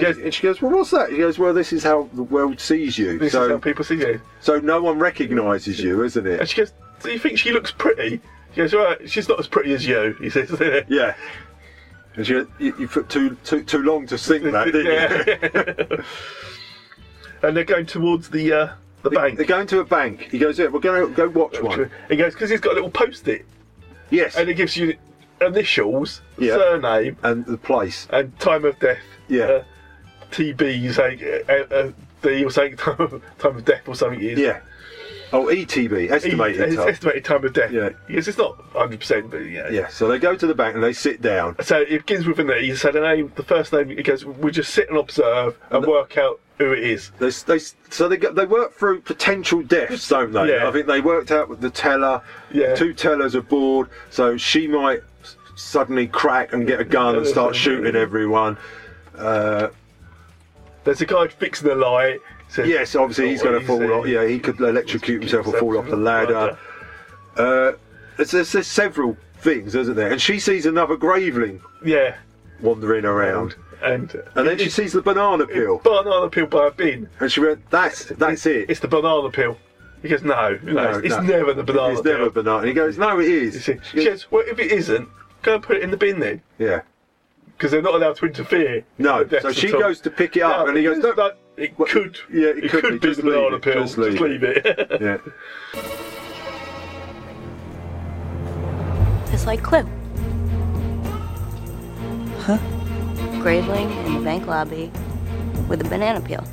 S2: She goes-
S3: and she goes, "Well, what's that?" He goes, "Well, this is how the world sees you.
S2: This
S3: so,
S2: is how people see you.
S3: so no one recognises you, isn't
S2: And
S3: it?"
S2: she goes, Do you think she looks pretty? She goes, Right, she's not as pretty as you, he says.
S3: Yeah. And she goes, "You, you took too, too too long to think that, didn't you?"
S2: Yeah. and they're going towards the uh, the bank.
S3: They're going to a bank. He goes, "Yeah, we're going to go watch one."
S2: He goes, Because he's got a little post it
S3: Yes,
S2: and
S3: and,
S2: it gives you initials,
S3: Yeah.
S2: surname,
S3: the place.
S2: and time of death.
S3: Yeah.
S2: Uh, TB, saying, uh, uh, D or something, time of, time of death or something it is.
S3: Yeah. Oh, ETB,
S2: He-
S3: estimated
S2: his
S3: time.
S2: estimated time of death.
S3: Yeah.
S2: Yes, it's not 100%, but yeah.
S3: yeah. So they go to the bank and they sit down.
S2: So it begins with a name. So the name, the first name, it goes, we just sit and observe and work out who it is.
S3: They, s- they s- so they go, they work through potential deaths, don't they?
S2: Yeah.
S3: I think they worked out with the teller.
S2: Yeah.
S3: Two tellers aboard, so she might s- suddenly crack and get a gun and start shooting everyone. Uh,
S2: There's a guy fixing the light. says-
S3: yes, obviously he's going to fall off. Yeah, he could electrocute himself or fall off the ladder. Uh, there's, there's, there's several things, isn't there? And she sees another graveling
S2: Yeah.
S3: wandering around.
S2: And,
S3: And then she sees the banana peel,
S2: banana peel by a bin.
S3: and she went, "That's that's it.
S2: It's the banana peel. He goes, no, no,
S3: No,
S2: it's, it's
S3: no.
S2: never the banana
S3: It's
S2: peel.
S3: never banana." And he goes, "No, it
S2: You
S3: is."
S2: see, She
S3: She goes,
S2: goes, well, if it isn't, go and put it in the bin then.
S3: yeah,
S2: Because they're not allowed to interfere.
S3: No,
S2: with deaths
S3: so she
S2: at all.
S3: goes to pick it up and he goes,
S2: it's
S3: "No."
S2: like- It
S3: Well,
S2: could,
S3: yeah,
S2: it, could, be,
S3: just
S2: the
S3: leave
S2: banana
S3: it,
S2: peel.
S3: just leave
S2: just leave it.
S3: yeah.
S4: It's like Clip. Huh? Graveling in the bank lobby with a banana peel.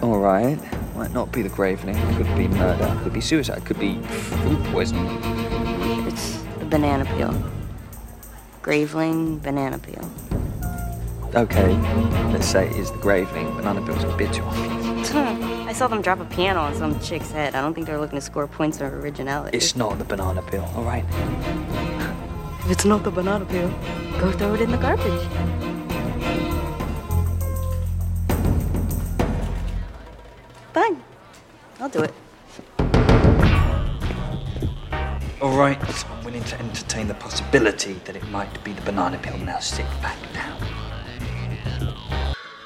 S10: All right. Might not be the graveling. Could be murder. Could be suicide. Could be food poisoning.
S4: It's the banana peel. Graveling banana peel.
S10: Okay. Let's say it is the graveling. Banana peel's a bit too obvious.
S4: I saw them drop a piano on some chick's head. I don't think they're looking to score points or originality.
S10: It's not the banana peel. All right.
S4: if it's not the banana peel, go throw it in the garbage. Fine. I'll do it.
S10: All right. So I'm willing to entertain the possibility that it might be the banana peel. Now sit back down.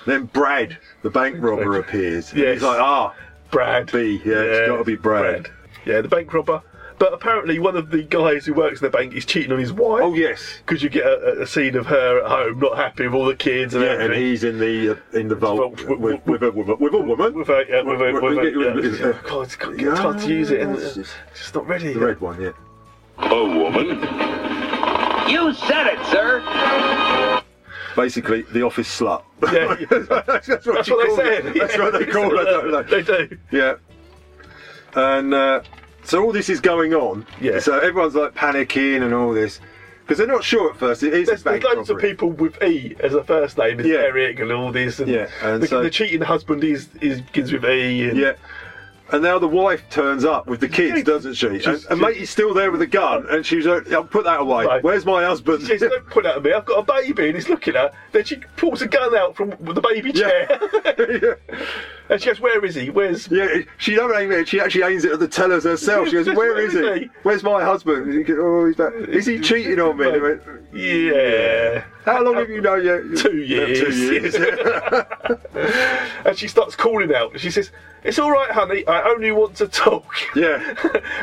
S3: Then Brad, the bank robber, appears. And
S2: Yes.
S3: He's like, "Ah,
S2: Brad.
S3: B, yeah, it's gotta be Brad.
S2: Yeah, the bank robber. But apparently, one of the guys who works in the bank is cheating on his wife.
S3: oh yes."
S2: Because you get a, a scene of her at home, not happy with all the kids and
S3: Yeah, and
S2: everything.
S3: he's in the uh, in the vault
S2: Vault with-
S3: with, with, a woman. With a woman.
S2: With a, yeah, with a,
S3: With-
S2: with a,
S3: with-
S2: yeah.
S3: with-
S2: God, it's got- it's hard to use it. And, uh,
S3: Yes.
S2: it's just not ready.
S3: the red one, yeah.
S11: You said it, sir.
S3: Basically, the office slut.
S2: Yeah, yeah.
S3: that's, what
S2: That's
S3: you
S2: what they
S3: call it.
S2: said.
S3: That's what they call it. I don't know.
S2: They do.
S3: Yeah. And uh, so all this is going on.
S2: Yeah.
S3: So everyone's like panicking and all this because they're not sure at first. It is
S2: There's,
S3: a
S2: there's
S3: bank
S2: loads of
S3: robbery.
S2: people with E as a first name, is
S3: Yeah.
S2: Eric and all this, and,
S3: Yeah, and
S2: the,
S3: so-
S2: the cheating husband is, is begins with E. And,
S3: Yeah. And now the wife turns up with the kids,
S2: Yeah.
S3: doesn't she? And,
S2: She's-
S3: and mate, he's still there with a gun, and she's like, "I'll put that away.
S2: Right.
S3: Where's my husband?"
S2: She says, "Don't point at me. I've got a baby," and he's looking at. her. Then she pulls a gun out from the baby chair,
S3: yeah.
S2: and she goes, "Where is he? Where's?"
S3: Yeah, she don't aim it. She actually aims it at the tellers herself. She goes, "Where is he? Where's my husband?" And he goes, "Oh, he's back. Is he cheating on me?" And I went,
S2: Yeah.
S3: How long have you known you?
S2: Two
S3: Yeah,
S2: years.
S3: Two years.
S2: And she starts calling out. She says, "It's all right, honey. I only want to talk."
S3: yeah.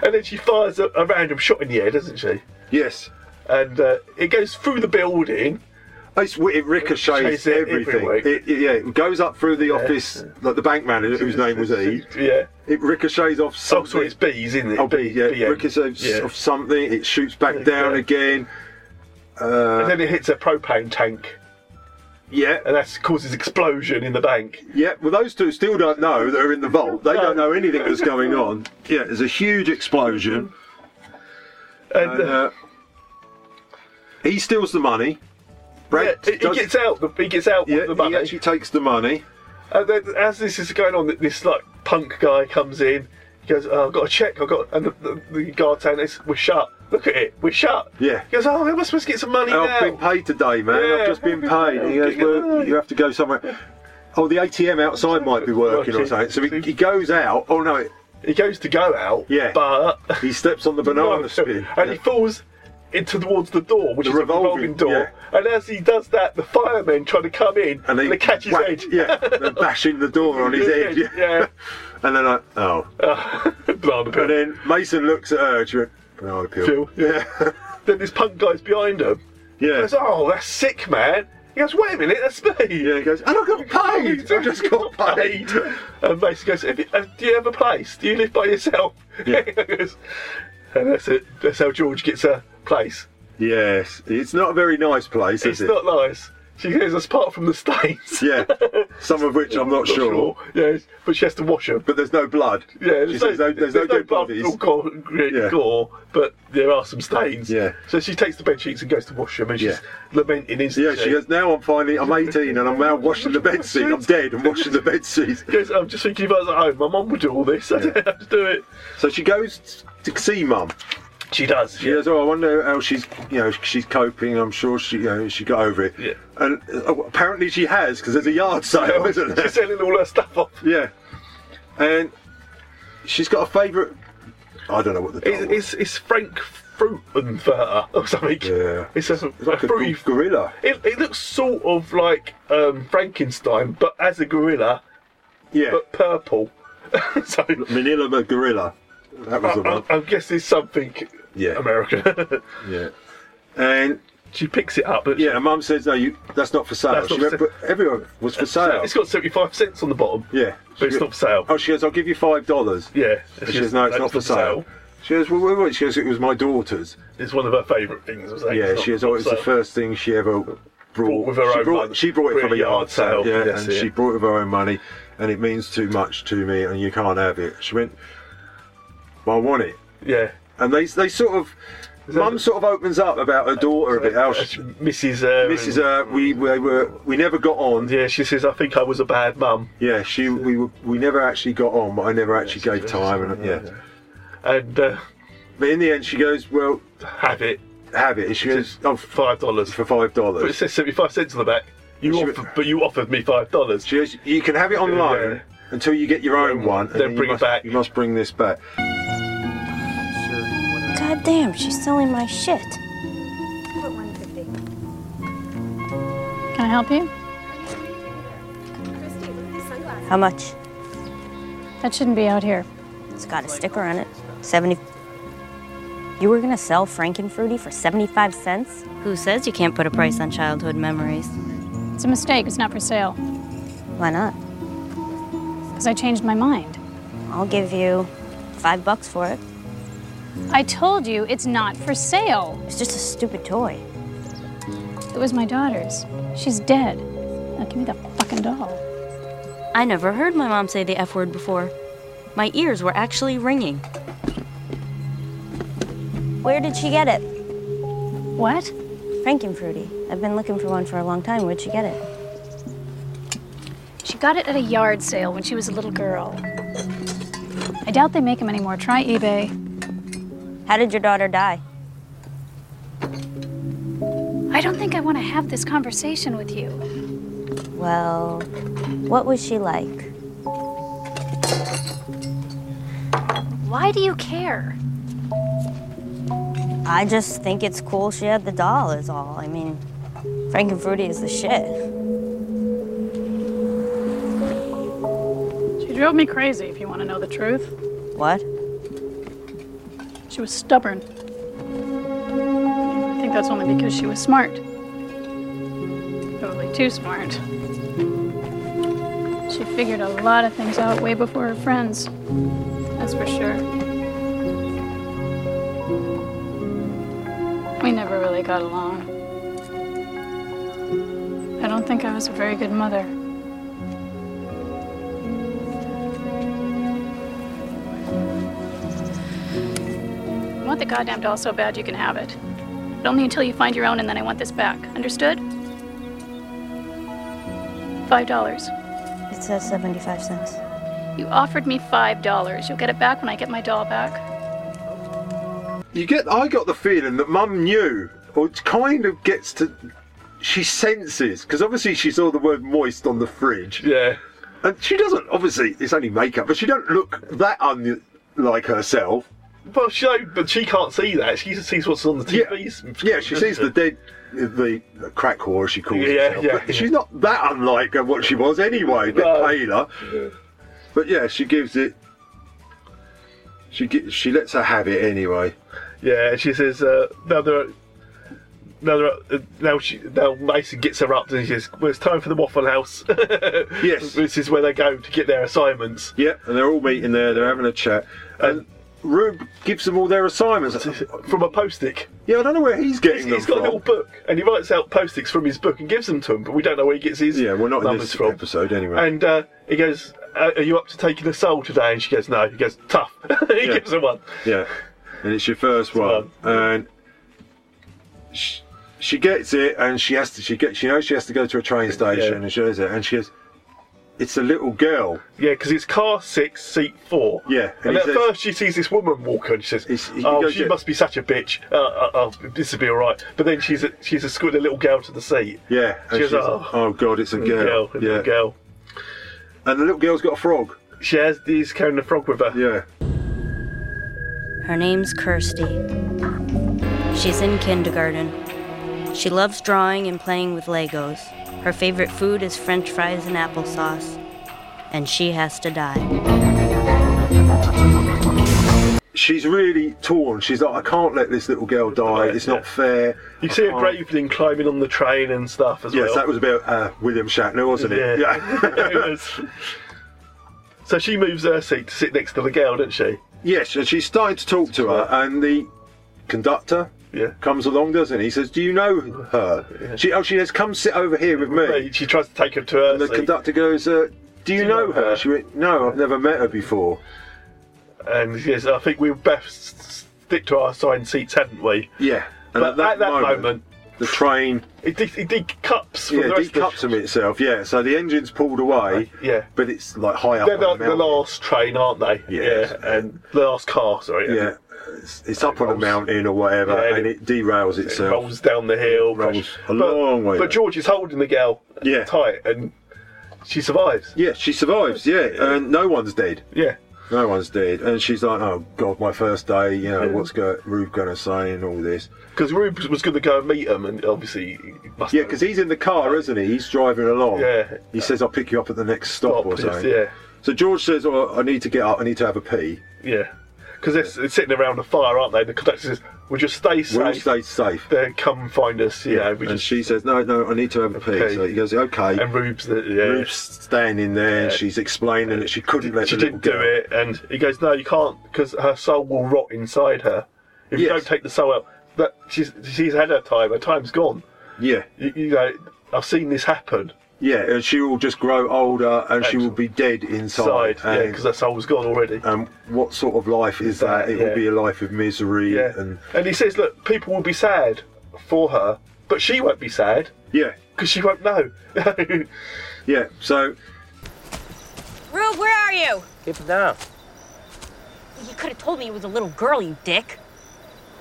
S2: and then she fires a, a random shot in the air, doesn't she?
S3: Yes.
S2: And uh, it goes through the building.
S3: It's, it ricochets
S2: Ricochets it
S3: everything.
S2: everywhere.
S3: It, it- yeah, it goes up through the office, like the bank manager whose name was E.
S2: Yeah.
S3: It ricochets off
S2: Oh,
S3: something.
S2: sorry, it's B's, isn't it?
S3: Oh, B, yeah.
S2: BM.
S3: ricochets
S2: Yeah.
S3: off something. It shoots back down
S2: Yeah.
S3: again.
S2: And then it hits a propane tank,
S3: Yeah.
S2: and that causes explosion in the bank.
S3: Yeah, well, those two still don't know that are in the vault. They
S2: No.
S3: don't know anything that's going on. Yeah, there's a huge explosion.
S2: And,
S3: And,
S2: uh,
S3: uh, he steals the money. Brent
S2: yeah, he- he
S3: does-
S2: gets out. The, he gets out with the money.
S3: He actually takes the money.
S2: And then, as this is going on, this like punk guy comes in. He goes, oh, "I've got a check. I've got." And the, the, the guard's saying, "This we're shut. Look at it. We're shut."
S3: Yeah.
S2: He goes, "Oh, am I supposed to get some money now?"
S3: I've been paid today, man.
S2: Yeah.
S3: I've just been paid. And he goes, well, you have to go somewhere. Oh, the ATM outside might be working or something. So he, he goes out. Oh no,
S2: he goes to go out.
S3: Yeah,
S2: but
S3: he steps on the banana skin.
S2: and he falls in towards the door, which
S3: The
S2: is
S3: revolving-
S2: a revolving door. And as he does that, the firemen try to come in and
S3: they
S2: they, catch his
S3: whack-
S2: head.
S3: Yeah, they're bashing the door on his head. Yeah.
S2: yeah.
S3: And then I, oh, and then Mason looks at her. She went, banana peel.
S2: Phil.
S3: Yeah.
S2: then this punk guy's behind him.
S3: Yeah.
S2: He goes, oh, that's sick, man. He goes, wait a minute, that's me. Yeah,
S3: he goes, and I got paid. I just got paid.
S2: and Mason goes, "Have you- uh, do you have a place? Do you live by yourself?
S3: Yeah.
S2: He goes, and that's it. That's how George gets a place.
S3: Yes, it's not a very nice place,
S2: It's
S3: is it?
S2: not nice. She goes, us apart from the stains.
S3: Yeah, some of which I'm not, sure.
S2: Yeah, but she has to wash them.
S3: But there's no blood.
S2: Yeah, there's
S3: she
S2: no,
S3: says no, there's, no, dead
S2: blood Oh,
S3: bodies.
S2: or gore, grit-
S3: Yeah.
S2: gore, but there are some stains.
S3: Yeah.
S2: So she takes the bed sheets and goes to wash them, and she's lamenting
S3: Yeah,
S2: instantly.
S3: she goes, now I'm finally, I'm 18 and I'm now washing the bed sheet. I'm dead and washing the bed sheet.
S2: Yes, I'm just thinking about at home. My mum would do all this. I don't have to do it.
S3: So she goes to see mum.
S2: She does.
S3: She goes, oh, I wonder how she's, you know, she's coping. I'm sure she, you know, she got over it.
S2: Yeah.
S3: And uh, apparently she has because there's a yard sale, isn't there?
S2: She's selling all her stuff off.
S3: Yeah. And she's got a favourite. I don't know what the.
S2: It's, it's, it's Frank Fruitenverter or something.
S3: Yeah.
S2: It's a,
S3: like a
S2: fruity-
S3: gor- gorilla.
S2: It, it looks sort of like um, Frankenstein, but as a gorilla.
S3: Yeah.
S2: But purple. so
S3: Manila the gorilla. That was the
S2: I,
S3: one.
S2: I, I guess it's something
S3: Yeah.
S2: American.
S3: Yeah. And
S2: she picks it up.
S3: Yeah, and Mum says, "No, you. That's not for sale."
S2: That's not
S3: she
S2: for sale.
S3: went, "But everyone was for sale."
S2: It's got 75 cents on the bottom.
S3: yeah,
S2: But it's
S3: She-
S2: not for sale.
S3: Oh, she goes, "I'll give you five dollars."
S2: Yeah.
S3: and she goes, "No, it's not for sale." She goes, "Well, wait, wait." She goes, "It was my daughter's."
S2: It's one of her favourite things. I was saying.
S3: yeah,
S2: It's
S3: she
S2: not
S3: goes, "Oh,
S2: for
S3: it's the
S2: sale."
S3: first thing she ever brought,
S2: Brought with her
S3: she
S2: own
S3: brought,
S2: money.
S3: She brought it from a yard sale. Yeah,
S2: Yes,
S3: and
S2: yeah.
S3: she brought it with her own money, and it means too much to me, and you can't have it. She went, "Well, I want it,"
S2: Yeah.
S3: and they they sort of. Mum sort of opens up about her daughter a bit. How she,
S2: Mrs. Uh,
S3: Mrs. Uh, we we were we never got on.
S2: Yeah, she says, I think I was a bad mum.
S3: Yeah, she we were- we never actually got on, but I never actually gave time, and yeah.
S2: And uh,
S3: But in the end, she goes, "Well,
S2: have it.
S3: have it." And she goes, "Oh,
S2: five dollars
S3: for five
S2: But it
S3: dollars."
S2: says 75 cents on the back. You
S3: She-
S2: offered, but you offered me five dollars.
S3: She goes, "You can have it on
S2: Yeah.
S3: loan until you get your own one. and
S2: Then
S3: you
S2: bring it
S3: must-
S2: back."
S3: You must bring this back."
S8: God damn, she's selling my shit.
S12: Can I help you?
S4: How much?
S12: That shouldn't be out here.
S4: It's got a sticker on it. 70. You were gonna sell Frankenfruity for 75 cents? Who says you can't put a price on childhood memories?
S12: It's a mistake. It's not for sale.
S4: Why not?
S12: Because I changed my mind.
S4: I'll give you five bucks for it.
S12: I told you it's not for sale.
S4: It's just a stupid toy.
S12: It was my daughter's. She's dead. Now give me the fucking doll.
S4: I never heard my mom say the F word before. My ears were actually ringing.
S8: Where did she get it?
S12: What?
S4: Frankenfruity. I've been looking for one for a long time. Where'd she get it?
S12: She got it at a yard sale when she was a little girl. I doubt they make them anymore. Try eBay.
S4: How did your daughter die?
S12: I don't think I want to have this conversation with you.
S4: Well, what was she like?
S12: Why do you care?
S4: I just think it's cool she had the doll, is all. I mean, Frankenfruity is the shit.
S12: She drove me crazy, if you want to know the truth.
S4: What?
S12: She was stubborn. I think that's only because she was smart. Probably too smart. She figured a lot of things out way before her friends. That's for sure. We never really got along. I don't think I was a very good mother. I want the goddamn doll so bad you can have it. But only until you find your own, and then I want this back. Understood? $5.
S4: It says 75 cents.
S12: You offered me $5. You'll get it back when I get my doll back.
S3: You get. I got the feeling that Mum knew, or it kind of gets to. She senses because obviously she saw the word moist on the fridge.
S2: Yeah.
S3: And she doesn't. Obviously, it's only makeup, but she don't look that unlike herself.
S2: Well, she but she can't see that. She just sees what's on the TV.
S3: Yeah, she sees the dead, the, the crack whore, as she calls
S2: Yeah,
S3: herself.
S2: yeah,
S3: but
S2: yeah.
S3: She's not that unlike uh, what she was anyway, a bit paler. But yeah, she gives it. She gi- she lets her have it anyway.
S2: Yeah, and she says uh, now there. Are, now, there are, uh, now she now Mason gets her up and she says, "Well, it's time for the Waffle House." yes, this is where they go to get their assignments.
S3: Yeah, and they're all meeting there. They're having a chat, and Rube gives them all their assignments
S2: from a post-it.
S3: Yeah, I don't know where he's getting
S2: He's
S3: them
S2: got a little
S3: from.
S2: book, and he writes out post-its from his book and gives them to him, but we don't know where he gets his
S3: Yeah, well, not in
S2: numbers
S3: this
S2: from.
S3: episode anyway.
S2: And uh, he goes, uh, "Are you up to taking a soul today?" And she goes, "No." He goes, "Tough." he gives her one.
S3: Yeah, and it's your first one, and she, she gets it, and she has to. She gets. She knows she has to go to a train station, and she knows it, and she goes, "It's a little girl."
S2: Yeah, because it's car six, seat four.
S3: Yeah,
S2: And,
S3: he
S2: at
S3: says-
S2: first, she sees this woman walk her, and she says, "Oh,
S3: goes,
S2: she
S3: yeah."
S2: must be such a bitch. Uh, uh, oh, this will be all right." But then she's a, she's a squid, a little girl to the seat.
S3: Yeah, and
S2: She goes,
S3: she's,
S2: "Oh,
S3: oh, god, it's a
S2: little
S3: girl."
S2: girl,
S3: yeah,
S2: little girl.
S3: and the little girl's got a frog.
S2: She has. He's carrying a frog with her.
S3: Yeah.
S4: Her name's Kirsty. She's in kindergarten. She loves drawing and playing with Legos. Her favorite food is french fries and applesauce. And she has to die.
S3: She's really torn. She's like, "I can't let this little girl die. It's not fair."
S2: You see her
S3: can't-
S2: graveling climbing on the train and stuff as
S3: Oh. yes,
S2: well.
S3: that was about uh, William Shatner, wasn't it?
S2: It was. So she moves her seat to sit next to the girl, doesn't she?
S3: Yes, and she's starting to talk to her, and the conductor comes along, doesn't he? He says, "Do you know her?" She oh, she says, "Come sit over here with me."
S2: She tries to take her to her.
S3: And the conductor goes, uh, "Do you know her?" She went, "No, I've never met her before."
S2: And she says, "I think we best s- stick to our assigned seats, hadn't we?"
S3: Yeah, and
S2: but at that, moment,
S3: the train
S2: it, de- it decups from
S3: yeah,
S2: the rest of the
S3: decups him itself. Yeah, so the engine's pulled away.
S2: Yeah,
S3: but it's like high up.
S2: They're
S3: on the
S2: like the
S3: mountain.
S2: last train, aren't they?
S3: Yes.
S2: Yeah, and the last car, sorry.
S3: Yeah, it's, it's up on a mountain or whatever,
S2: Yeah,
S3: and it derails
S2: It
S3: itself.
S2: rolls down the hill.
S3: Rolls
S2: crash-
S3: a
S2: but,
S3: long way
S2: But
S3: back.
S2: George is holding the gal
S3: Yeah.
S2: tight, and she survives.
S3: Yeah, she survives. Yeah, and no one's dead.
S2: Yeah.
S3: No one's dead, and she's like, "Oh God, my first day. You know what's go- Rube gonna say and all this."
S2: Because Rube was going to go and meet him, and obviously, he must
S3: Yeah, because he's in the car, isn't he? He's driving along.
S2: Yeah.
S3: He says, "I'll pick you up at the next stop, or
S2: yes,
S3: something."
S2: yeah.
S3: So George says, "Oh, I need to get up. I need to have a pee.
S2: yeah, because they're, they're sitting around a fire, aren't they? The conductor says, "We'll just stay safe.
S3: We'll stay safe.
S2: Then come find us." Yeah, we
S3: and
S2: just
S3: she says, "No, no, I need to have a pee."
S2: pee.
S3: So he goes, "Okay."
S2: And Rube's, the, yeah.
S3: Rube's standing there, and she's explaining that she couldn't let
S2: she
S3: the little
S2: didn't do
S3: girl-
S2: it, and he goes, "No, you can't, because her soul will rot inside her. If you don't take the soul out, that she's she's had her time. Her time's gone.
S3: Yeah,
S2: You, you know, I've seen this happen.
S3: yeah, and she will just grow older, and she will be dead
S2: Side,
S3: inside.
S2: yeah,
S3: and-
S2: because her soul's gone already."
S3: and what sort of life is that? It
S2: yeah.
S3: will be a life of misery. And
S2: And he says, "Look, people will be sad for her, but she won't be sad
S3: yeah,
S2: because she won't know."
S3: yeah. So
S8: Rube, where are you?
S7: Keep it down.
S8: You could have told me it was a little girl, you dick.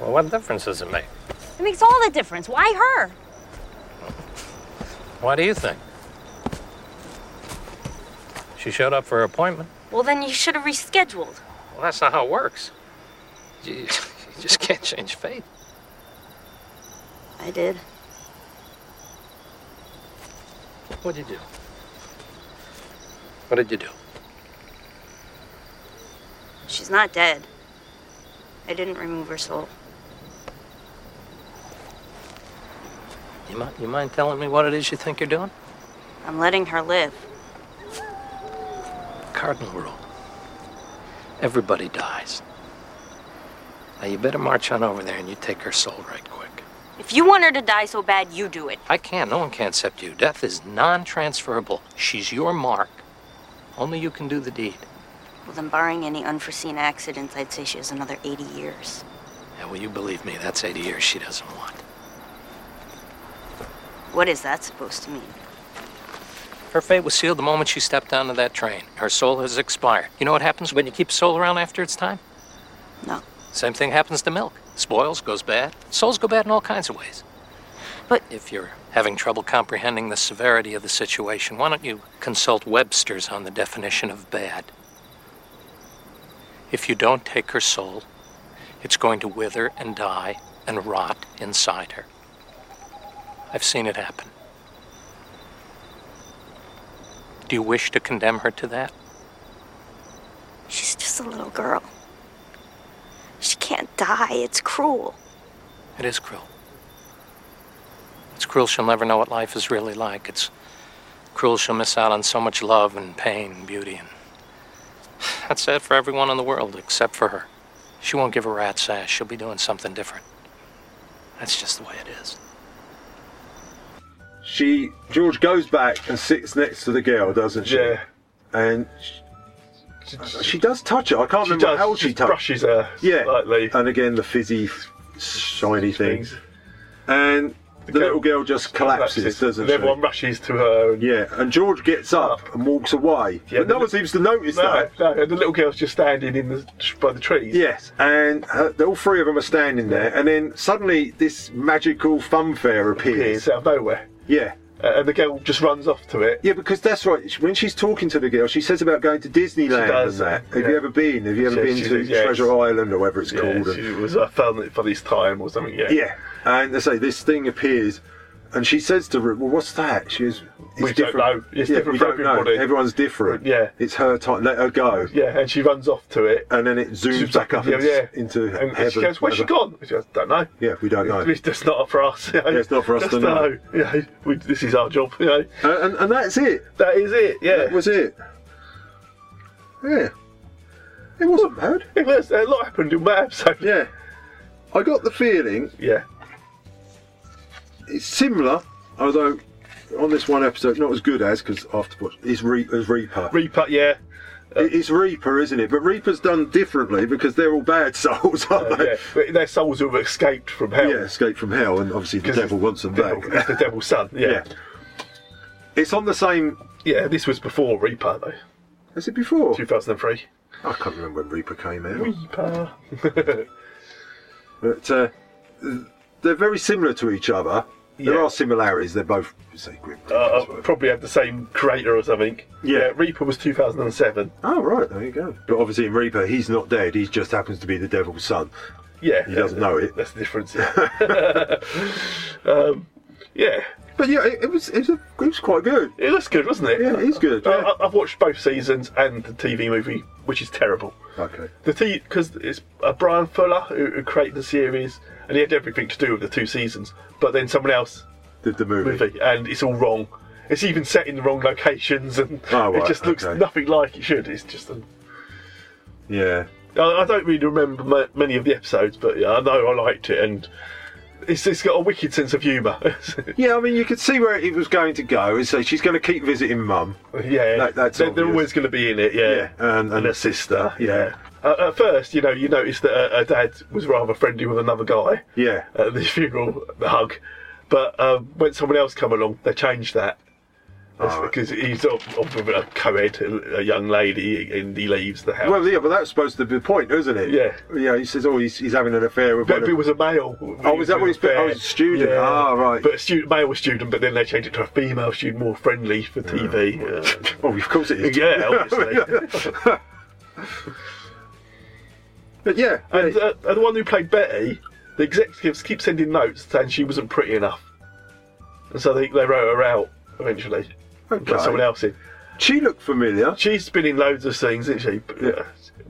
S7: Well, what difference does it make?
S8: It makes all the difference. Why her?
S7: What do you think? She showed up for her appointment.
S8: Well, then you should have rescheduled.
S7: Well, that's not how it works. You, you just can't change fate.
S8: I did.
S7: What'd you do? What did you do?
S4: She's not dead. I didn't remove her soul.
S7: You mind, you mind telling me what it is you think you're doing?
S4: I'm letting her live.
S7: Cardinal rule. Everybody dies. Now you better march on over there and you take her soul right quick.
S8: If you want her to die so bad, you do it.
S7: I can't. No one can except you. Death is non-transferable. She's your mark. Only you can do the deed.
S4: Well, then, barring any unforeseen accidents, I'd say she has another 80 years.
S7: And will you believe me? That's 80 years she doesn't want.
S4: What is that supposed to mean?
S13: Her fate was sealed the moment she stepped onto that train. Her soul has expired. You know what happens when you keep soul around after it's time?
S4: No.
S13: Same thing happens to milk. Spoils, goes bad. Souls go bad in all kinds of ways.
S4: But
S13: if you're having trouble comprehending the severity of the situation, why don't you consult Webster's on the definition of bad? If you don't take her soul, it's going to wither and die and rot inside her. I've seen it happen. Do you wish to condemn her to that?
S8: She's just a little girl. She can't die. It's cruel.
S13: It is cruel. It's cruel she'll never know what life is really like. It's cruel she'll miss out on so much love and pain and beauty. And that's sad for everyone in the world except for her. She won't give a rat's ass. She'll be doing something different. That's just the way it is.
S3: She George goes back and sits next to the girl, doesn't she?
S2: Yeah.
S3: And she, she does touch her. I can't
S2: She
S3: remember
S2: does.
S3: how
S2: She
S3: she, touched.
S2: brushes her
S3: yeah. And again, the fizzy, shiny things. And the, little girl just collapses,
S2: collapses,
S3: doesn't
S2: and
S3: she?
S2: everyone
S3: rushes to her. yeah. And George gets up and walks away. but no one seems to notice
S2: no,
S3: that.
S2: No, and the little girl's just standing in the by the trees.
S3: Yes, and uh, all three of them are standing there, and then suddenly this magical funfair appears.
S2: Appears out of nowhere.
S3: Yeah.
S2: Uh, and the girl just runs off to it.
S3: Yeah, because that's right. she- When she's talking to the girl, she says about going to Disneyland
S2: does,
S3: and that. Have
S2: yeah.
S3: you ever been? Have you ever
S2: Yeah,
S3: been
S2: she
S3: to
S2: did, yes.
S3: Treasure Island or whatever it's
S2: Yeah,
S3: called?
S2: she
S3: And-
S2: was I found it for this time or something. Yeah.
S3: yeah. And they say this thing appears, and she says to Ruth, "Well, what's that?" She goes, "It's
S2: We don't
S3: different.
S2: know. It's
S3: yeah,
S2: different
S3: we
S2: for
S3: don't know.
S2: everybody."
S3: Everyone's different.
S2: Yeah.
S3: It's her time. Let her go."
S2: Yeah, and she runs off to it,
S3: and then it zooms back up
S2: yeah,
S3: in-
S2: yeah.
S3: into
S2: and, and
S3: heaven.
S2: she goes, "Where's she
S3: whatever.
S2: gone?" She goes, "Don't know."
S3: Yeah, we don't know.
S2: It's just not for us. You know?
S3: Yeah, it's not for us
S2: Just
S3: to know.
S2: You know, we, this is our job. You know,
S3: and, and that's it.
S2: That is it. Yeah, that
S3: was it. Yeah, it wasn't bad.
S2: It was. A lot happened in that episode.
S3: Yeah, I got the feeling.
S2: Yeah,
S3: it's similar, although on this one episode, not as good as because afterwards is Re- is Reaper.
S2: Reaper, yeah. uh,
S3: It it's Reaper, isn't it? But Reaper's done differently because they're all bad souls, aren't they?
S2: Uh, yeah. But Their souls have escaped from hell.
S3: Yeah, escape from hell, and obviously the
S2: 'Cause
S3: devil wants them back.
S2: It's the devil's son. Yeah.
S3: It's on the same.
S2: Yeah, this was before Reaper though.
S3: Is it before?
S2: 2003.
S3: I can't remember when Reaper came out.
S2: Reaper.
S3: But uh, they're very similar to each other. There
S2: Yeah.
S3: are similarities. They're both say grim.
S2: Uh, uh, probably had the same creator or something.
S3: Yeah.
S2: Reaper was 2007.
S3: Oh right, there you go. But obviously in Reaper, he's not dead. He just happens to be the devil's son.
S2: Yeah,
S3: He doesn't know it.
S2: That's the difference. um, yeah.
S3: But yeah, it, it was it was, a, it was quite good.
S2: It was good, wasn't it?
S3: Yeah, it is good.
S2: I- I, I've watched both seasons and the TV movie, which is terrible.
S3: Okay.
S2: The TV because it's uh, Brian Fuller who, who created the series, and he had everything to do with the two seasons. But then someone else
S3: did the movie,
S2: and it's all wrong. It's even set in the wrong locations, and
S3: Oh,
S2: it
S3: right,
S2: just looks
S3: okay.
S2: nothing like it should. It's just. A,
S3: Yeah.
S2: I I don't really remember ma- many of the episodes, but yeah, I know I liked it, and it's, it's got a wicked sense of humour.
S3: Yeah, I mean, you could see where it was going to go. And so she's going to keep visiting mum.
S2: Yeah,
S3: That- that's
S2: they're, they're
S3: obvious.
S2: always going to be in it. Yeah,
S3: Yeah, and, and her sister. Yeah.
S2: Uh, at first, you know, you noticed that her, her dad was rather friendly with another guy
S3: Yeah.
S2: at the funeral, the hug. But um, when someone else come along, they changed that because he's off, off with a co-ed, a a young lady, and he leaves the house.
S3: Well, yeah, but that's supposed to be the point, isn't it?
S2: Yeah.
S3: Yeah, he says, oh, he's, he's having an affair with.
S2: But
S3: one
S2: it
S3: of-
S2: was a male.
S3: Oh, was that what he's? Oh, he's a student.
S2: Yeah.
S3: Ah, right.
S2: But a student, male student, but then they changed it to a female student, more friendly for TV. Uh,
S3: oh, of course it is.
S2: Yeah, obviously.
S3: but yeah.
S2: And uh, and the one who played Betty, the executives keep sending notes saying she wasn't pretty enough. And so they, they wrote her out eventually. And Put
S3: Okay.
S2: someone else in.
S3: She looked familiar.
S2: She's been in loads of things, isn't she? But, uh,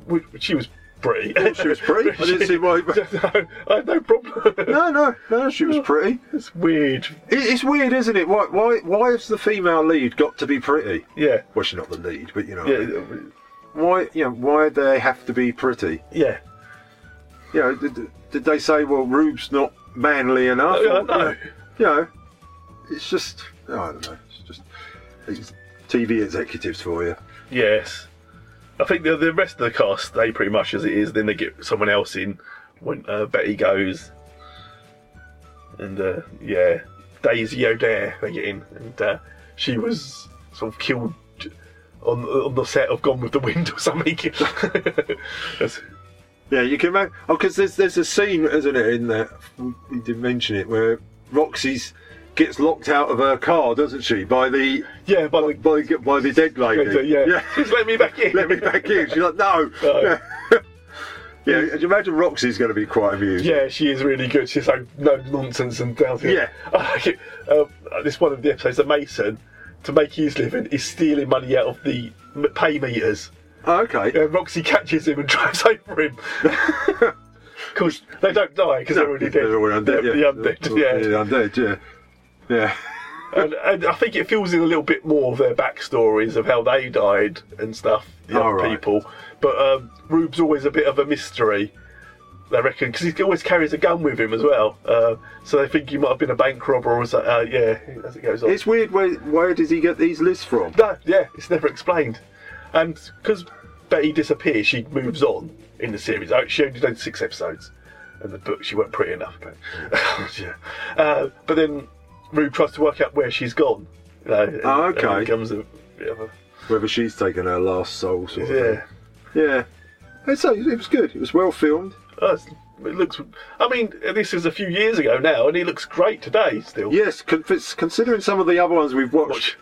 S2: we- she was pretty.
S3: Oh, she was pretty. I didn't see why.
S2: no, I had no problem.
S3: No, no, no. She was pretty.
S2: It's weird.
S3: it's weird, isn't it? Why, why, why has the female lead got to be pretty?
S2: Yeah.
S3: Well, she's not the lead, but you know. what I mean.
S2: Yeah,
S3: Why, you know, why they have to be pretty?
S2: yeah.
S3: You know, did, did they say, well, Rube's not manly enough?
S2: No,
S3: Or,
S2: Oh, no.
S3: You know, you know, it's just, oh, I don't know. It's just it's TV executives for you.
S2: Yes. I think the, the rest of the cast stay pretty much as it is. Then they get someone else in when uh, Betty goes. And uh, yeah, Daisy O'Dare they get in, and uh, she was sort of killed on on the set of Gone with the Wind or something. That's-
S3: Yeah, you can imagine. Oh, because there's there's a scene, isn't it, in there? We didn't mention it, where Roxy's gets locked out of her car, doesn't she? By the
S2: yeah, by the
S3: by, the- by the dead lady.
S2: yeah. Just let me back in.
S3: let me back in. She's like, no. Yeah. yeah, and you imagine Roxy's going to be quite amused.
S2: Yeah, she is really good. She's like no nonsense and down to
S3: Yeah.
S2: um, this one of the episodes, the Mason, to make his living, is stealing money out of the m- pay meters.
S3: Oh, okay.
S2: Uh, Roxy catches him and drives over him. Of course, they don't die because they're already dead.
S3: They're all undead.
S2: They're
S3: yeah.
S2: the undead,
S3: They're
S2: yeah.
S3: all undead, yeah. Yeah.
S2: and, and I think it fills in a little bit more of their backstories of how they died and stuff, the
S3: All
S2: other
S3: right.
S2: people. But um, Rube's always a bit of a mystery, they reckon, because he always carries a gun with him as well. Uh, so they think he might have been a bank robber or something. Uh, yeah, as it goes on.
S3: It's weird. Where where does he get these lists from?
S2: No, yeah, it's never explained. And because Betty disappears, she moves on in the series. Oh, She only did six episodes, and the book she weren't pretty enough. But, yeah. uh, but then Rube tries to work out where she's gone. You know, and-
S3: Oh,
S2: and it
S3: okay.
S2: becomes a bit of a-
S3: Whether she's taken her last soul, sort of
S2: yeah.
S3: thing. Yeah. And so it was good. It was well filmed.
S2: Oh, it's- it looks. I mean, this is a few years ago now, and he looks great today still.
S3: Yes, con- fits- considering some of the other ones we've watched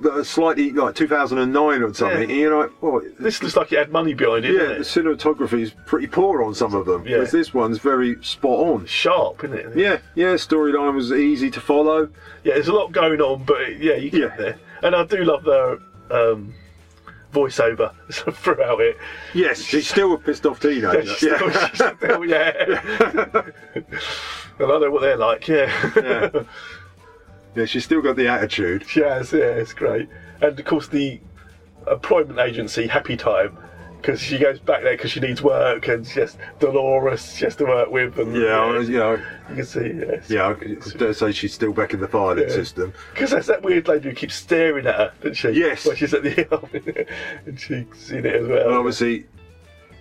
S3: that are slightly like 2009 or something,
S2: Yeah.
S3: you know, well,
S2: This looks like it had money behind it.
S3: yeah,
S2: doesn't
S3: the
S2: it?
S3: cinematography is pretty poor on some of them.
S2: Yeah.
S3: Whereas this one's very spot on.
S2: Sharp, isn't it?
S3: Yeah, yeah, storyline was easy to follow.
S2: Yeah, there's a lot going on, but it- yeah, you get there. And I do love the um, voiceover throughout it.
S3: Yes, she's still a pissed off teenager.
S2: Yeah, she's still- she's still- oh, yeah. and I know what they're like, yeah.
S3: Yeah. Yeah, she's still got the attitude.
S2: She has, yeah, it's great. And of course, the employment agency, Happy Time, because she goes back there because she needs work and she has Dolores she has to work with. And,
S3: Yeah, you know.
S2: You can see, yeah.
S3: Yeah, I could- dare say she's still back in the filing
S2: Yeah.
S3: system.
S2: Because there's that weird lady who keeps staring at her, doesn't she?
S3: Yes.
S2: When she's at the army. and she's in it as well.
S3: And obviously,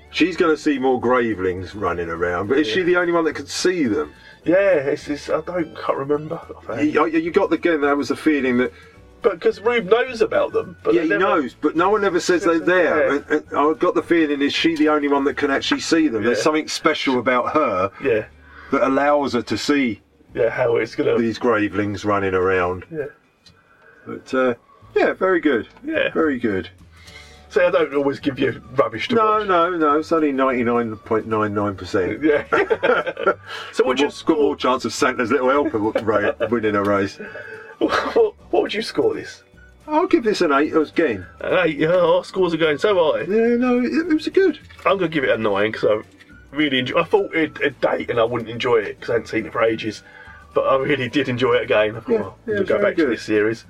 S3: she's going to see more gravelings running around, but is she the only one that can see them?
S2: Yeah, it's, it's I don't can't remember.
S3: You, you got the again. That was the feeling that.
S2: But because Rube knows about them, but
S3: yeah,
S2: they
S3: he
S2: never-
S3: knows, but no one ever says they're there. And, and I got the feeling is she the only one that can actually see them? There's
S2: Yeah.
S3: something special about her
S2: Yeah,
S3: that allows her to see
S2: yeah, how it's gonna.
S3: these gravelings running around.
S2: Yeah.
S3: But uh, yeah, very good.
S2: Yeah.
S3: very good.
S2: So I don't always give you rubbish to
S3: No,
S2: watch.
S3: no, no. It's only ninety nine point nine nine percent.
S2: Yeah. so
S3: what's your score? Got more chance of Santa's little helper ra- winning a race.
S2: what, what would you score this?
S3: I'll give this an eight again.
S2: An eight. Yeah, our scores are going so high.
S3: Yeah, no, it, it was good.
S2: I'm gonna give it a nine because I really enjoy. I thought it'd, it'd date and I wouldn't enjoy it because I hadn't seen it for ages, but I really did enjoy it again. I thought, well,
S3: yeah,
S2: we'll
S3: it's
S2: go
S3: very
S2: back to
S3: good.
S2: this series.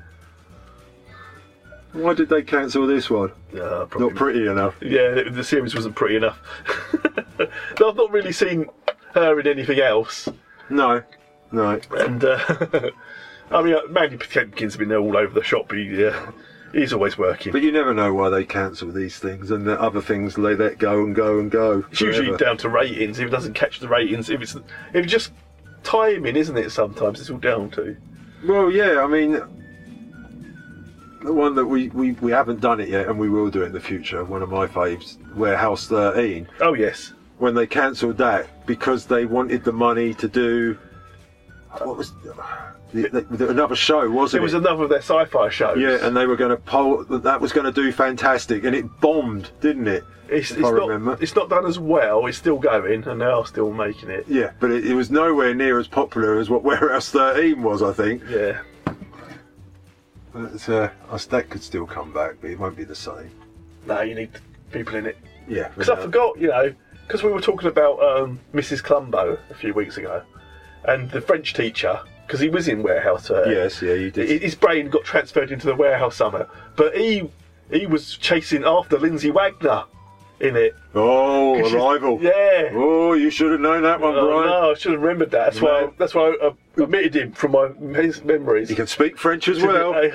S3: Why did they cancel this one?
S2: Uh,
S3: Not pretty enough.
S2: Yeah, the, the series wasn't pretty enough. No, I've not really seen her in anything else.
S3: No, no.
S2: And uh, I mean, uh, Mandy Potemkin's been there all over the shop. He, uh, he's always working.
S3: But you never know why they cancel these things, and the other things they let go and go and go.
S2: It's usually
S3: forever.
S2: down to ratings. If it doesn't catch the ratings, if it's if it's just timing, isn't it? Sometimes it's all down to.
S3: Well, yeah. I mean, the one that we, we, we haven't done it yet, and we will do it in the future. One of my faves, Warehouse 13.
S2: Oh yes.
S3: When they cancelled that because they wanted the money to do what was the, the- another show, wasn't
S2: It
S3: it?
S2: was another of their sci-fi shows.
S3: Yeah, and they were going to poll. That was going to do fantastic, and it bombed, didn't it?
S2: it's,
S3: if
S2: it's
S3: I
S2: not
S3: remember.
S2: it's not done as well. It's still going, and they are still making it.
S3: Yeah, but it, it was nowhere near as popular as what Warehouse 13 was, I think.
S2: Yeah.
S3: But uh, us- that could still come back, but it won't be the same.
S2: No, you need people in it.
S3: Yeah.
S2: Because I forgot, you know, because we were talking about um, Mrs. Clumbo a few weeks ago, and the French teacher, because he was in warehouse. Uh,
S3: Yes, yeah, you
S2: hi-
S3: did.
S2: His brain got transferred into the warehouse somehow, but he he was chasing after Lindsay Wagner in it.
S3: oh,
S2: 'Cause she's-
S3: Arrival.
S2: Yeah.
S3: Oh, you should have known that one,
S2: Oh,
S3: Brian.
S2: no, I should have remembered that. That's why.
S3: No.
S2: That's why I uh, omitted him from my mes- memories.
S3: You can speak French as well.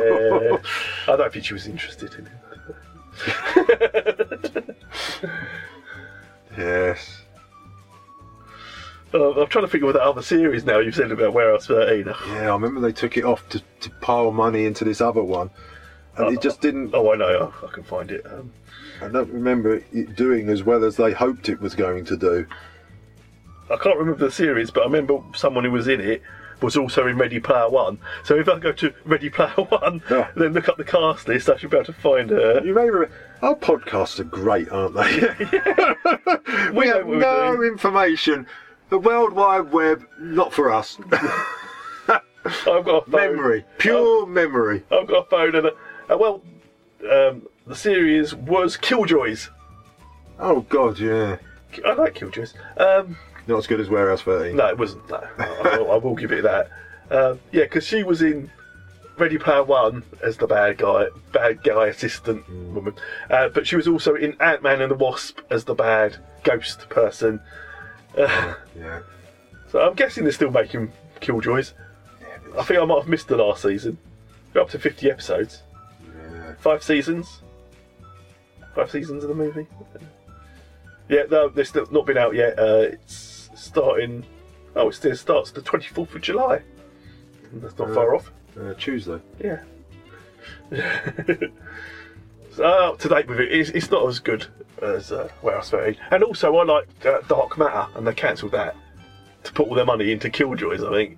S2: Yeah. I don't think she was interested in it.
S3: Yes.
S2: Oh, I'm trying to think of that other series now you've said about Warehouse 13.
S3: Yeah, I remember they took it off to, to pile money into this other one, and it just didn't.
S2: Oh, I know. I, I can find it. Um,
S3: I don't remember it doing as well as they hoped it was going to do.
S2: I can't remember the series, but I remember someone who was in it was also in Ready Player One. So if I go to Ready Player One, then look up the cast list, I should be able to find her.
S3: You may remember. Our podcasts are great, aren't they? we,
S2: what
S3: have
S2: we're
S3: no information. The World Wide Web, not for us.
S2: I've got a phone.
S3: memory,
S2: Oh.
S3: pure memory.
S2: I've got a phone and a, uh, well, um, the series was Killjoys.
S3: Oh God, yeah.
S2: I like Killjoys. Um,
S3: Not as good as Warehouse 13.
S2: no, it wasn't. No, I, I will- I will give it that. Um, yeah, because she was in Ready Player One as the bad guy, bad guy assistant woman, uh, but she was also in Ant Man and the Wasp as the bad ghost person. Uh,
S3: Yeah.
S2: so I'm guessing they're still making Killjoys. I think I might have missed the last season. We're up to 50 episodes. Five seasons. Five seasons of the movie. Yeah, no, they're still not been out yet. Uh, it's starting. Oh, it still starts the 24th of July. That's not far off.
S3: Uh, Tuesday.
S2: Yeah. so, uh, up to date with it. It's, it's not as good as uh, Warehouse 13. And also, I like uh, Dark Matter, and they cancelled that to put all their money into Killjoys, I think.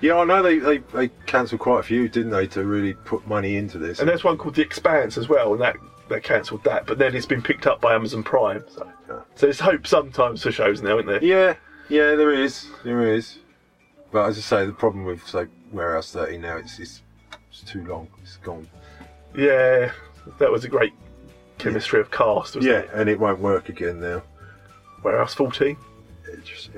S3: Yeah, I know they, they, they cancelled quite a few, didn't they, to really put money into this.
S2: And there's one called The Expanse as well, and that they cancelled that. But then it's been picked up by Amazon Prime. So, so there's hope sometimes for shows now, isn't there?
S3: Yeah, yeah, there is, there is. But as I say, the problem with say Warehouse 13 now, it's it's, it's too long. It's gone.
S2: Yeah, that was a great chemistry of cast, wasn't
S3: Yeah,
S2: it?
S3: and it won't work again now.
S2: Warehouse 14.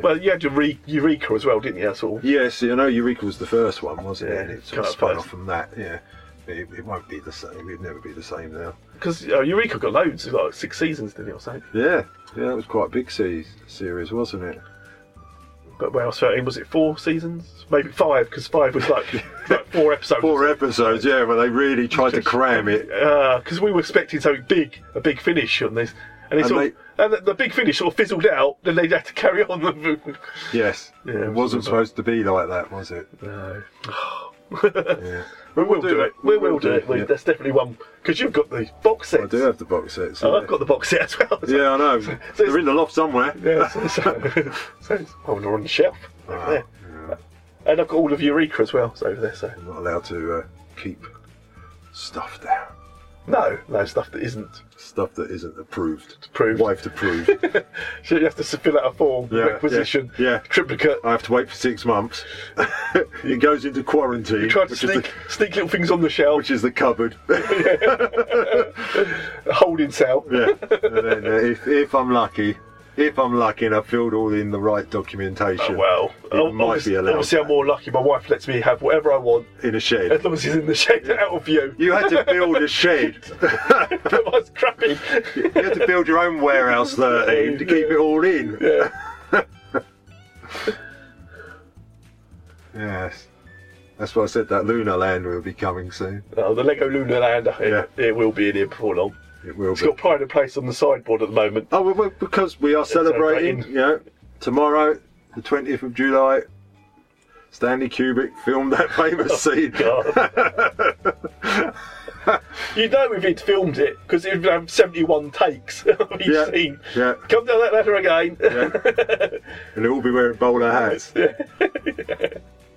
S2: Well, you had your re- Eureka as well, didn't you? That's all.
S3: Yeah, see, I know Eureka was the first one, wasn't
S2: Yeah,
S3: it? And it
S2: cut
S3: sort of
S2: up
S3: spun
S2: first.
S3: off from that. Yeah, But it, it won't be the same. It'd never be the same now.
S2: Because uh, Eureka got loads, like six seasons, didn't it, or something?
S3: Yeah, yeah, that was quite a big se- series, wasn't it?
S2: But Warehouse 13, was it four seasons? Maybe five, because five was like, like four episodes.
S3: Four episodes, yeah, where they really tried to cram it.
S2: Because Uh, we were expecting something big, a big finish on this. And, it
S3: And
S2: sort of- and the, the big finish sort of fizzled out, then they had to carry on. The,
S3: Yes,
S2: Yeah,
S3: it
S2: it was
S3: wasn't
S2: a bit-
S3: supposed to be like that, was it?
S2: No.
S3: yeah.
S2: We will do, it. We, will do it. We,
S3: yeah.
S2: That's definitely one because you've got the box set.
S3: I do have the box sets.
S2: Oh,
S3: yeah.
S2: I've got the box set as well.
S3: Yeah, I know. They're in the loft somewhere.
S2: Yeah, so, so, so it's- oh, they're on the shelf
S3: Ah,
S2: over there. And I've got all of Eureka as well. It's over there. So
S3: I'm not allowed to uh, keep stuff down.
S2: no, no stuff that isn't
S3: Stuff that isn't approved.
S2: approved.
S3: Wife approved.
S2: So you have to fill out a form,
S3: Yeah,
S2: requisition,
S3: yeah, yeah.
S2: triplicate.
S3: I have to wait for six months. it goes into quarantine.
S2: You try to
S3: which is the-
S2: sneak, sneak little things on the shelf,
S3: which is the cupboard.
S2: holding cell.
S3: yeah. And then, uh, if, if I'm lucky, if I'm lucky and I filled all in the right documentation,
S2: Oh, well,
S3: it
S2: Ob-
S3: might
S2: obviously,
S3: be allowed
S2: obviously I'm more lucky. My wife lets me have whatever I want
S3: in a shed.
S2: as long as it's in the shade out of view.
S3: You had to build a shed.
S2: Put my crap in.
S3: You had to build your own warehouse 13 to keep it all in.
S2: Yeah.
S3: Yes. That's why I said that Lunar Land will be coming soon.
S2: Oh, the Lego Lunar Land, it,
S3: Yeah.
S2: it will be in here before long.
S3: It will
S2: It's
S3: be.
S2: got pride of place on the sideboard at the moment.
S3: Oh, well, well, because we are celebrating, you know, tomorrow, the 20th of July, Stanley Kubrick filmed that famous scene.
S2: You know if he'd filmed it, because it would have 71 takes of each
S3: Yeah.
S2: scene.
S3: Yeah,
S2: Come down that ladder again.
S3: and they'll all be wearing bowler hats.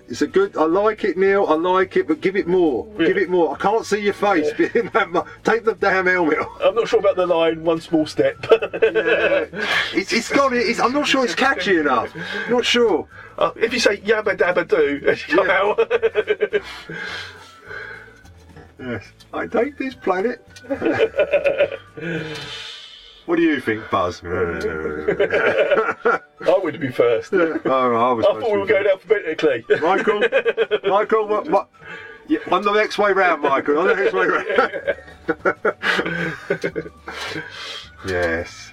S3: It's a good. I like it, Neil. I like it, but give it more. Give it more. I can't see your face. behind that mu- Take the damn helmet off.
S2: I'm not sure about the line, one small step.
S3: It's, it's got it. It's, I'm not sure it's catchy enough. Not sure.
S2: Uh, if you say yabba dabba do, as you come out.
S3: Yes. I take this planet. what do you think, Buzz?
S2: I would be first.
S3: Yeah. Oh, I was.
S2: I thought we were
S3: supposed to
S2: going alphabetically.
S3: be- Michael, Michael, what, what? Yeah, on the next way round, Michael. On the next way round. yes,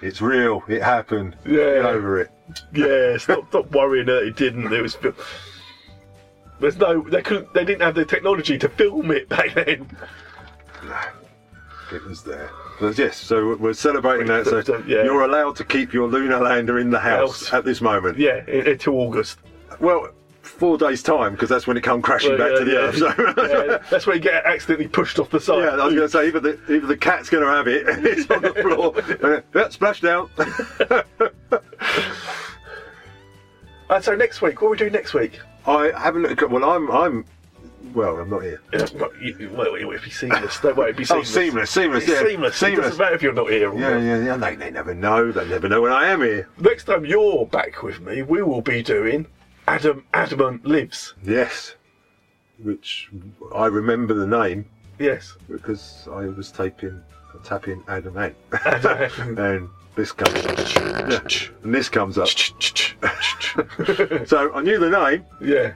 S3: it's real. It happened. Get
S2: Yeah.
S3: over it.
S2: yeah, stop, stop worrying that it didn't. It was. fil- There's no. They couldn't. They didn't have the technology to film it back then.
S3: It was there. But yes, so we're celebrating that. So
S2: So, yeah.
S3: you're allowed to keep your lunar lander in the house
S2: House.
S3: at this moment.
S2: Yeah, i- until August.
S3: Well, four days time because that's when it come crashing
S2: Well,
S3: back
S2: yeah,
S3: to the
S2: yeah.
S3: earth. So.
S2: Yeah, that's where you get accidentally pushed off the side.
S3: Yeah, I was going to say either the, either the cat's going to have it, and it's on the floor. Uh, yeah, splash down.
S2: Uh, so next week, what are we doing next week?
S3: I haven't looked. at- Well, I'm I'm. Well, I'm not here.
S2: Yeah, Uh, well, you- well, it would be seamless. Don't worry, it'd be
S3: Oh,
S2: seamless.
S3: seamless, seamless,
S2: It's
S3: yeah.
S2: seamless. It
S3: Seamless.
S2: doesn't matter if you're not here.
S3: Yeah, yeah, yeah. They, they never know. They never know when I am here.
S2: Next time you're back with me, we will be doing Adam Adamant Lives.
S3: Yes, which I remember the name
S2: Yes.
S3: because I was taping tapping Adam Ant, and this comes yeah, and this comes up. so I knew the name,
S2: Yeah.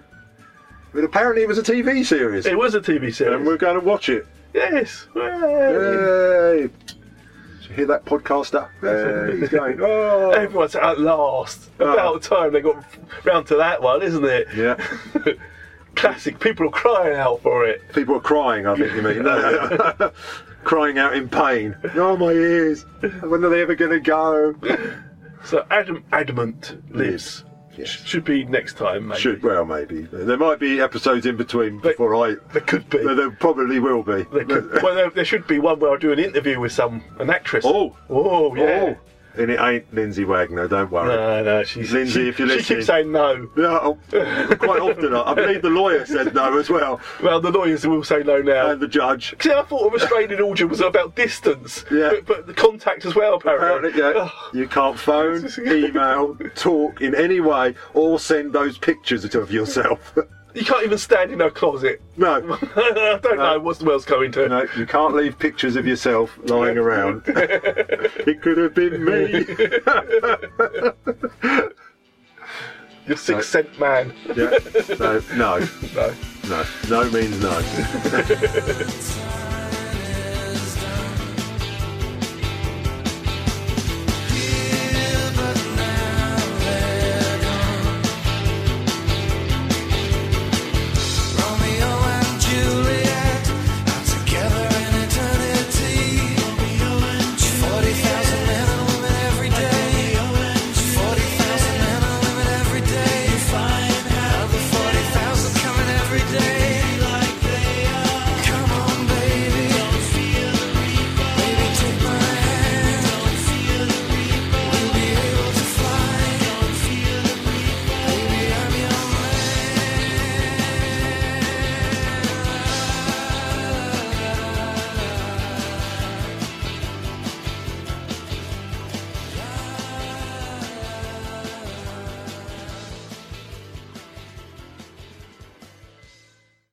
S3: but apparently it was a TV series,
S2: It was a TV series.
S3: and we're going to watch it.
S2: Yes.
S3: Yay! Did you hear that podcaster? Yay, he's going. Oh.
S2: Everyone's at last.
S3: Ah.
S2: About time they got round to that one, isn't it?
S3: Yeah.
S2: Classic. People are crying out for it.
S3: People are crying. I think you mean. No, no, no. crying out in pain. Oh my ears! When are they ever going to go?
S2: So Adam Adamant Lives should be next time. Maybe.
S3: Should well maybe there might be episodes in between before I.
S2: There could be.
S3: There, there probably will be.
S2: There could, well, there, there should be one where I do an interview with some an actress. Oh, oh, yeah.
S3: And it ain't Lindsay Wagner. Don't worry.
S2: No, no, she's
S3: Lindsay.
S2: she-
S3: if you're
S2: she
S3: listening,
S2: keeps saying no.
S3: No, oh. quite often. I I believe the lawyer said no as well.
S2: Well, the lawyers will say no now.
S3: And the judge.
S2: See, I thought a restraining order was about distance,
S3: Yeah.
S2: but, but the contact as well, apparently.
S3: Apparently, yeah, you can't phone, email, talk in any way, or send those pictures of yourself.
S2: You can't even stand in her closet.
S3: No,
S2: I don't know what's the world's going to.
S3: no, you can't leave pictures of yourself lying around. it could have been me.
S2: Your six cent man.
S3: Yeah. So, no,
S2: No.
S3: no, no means no.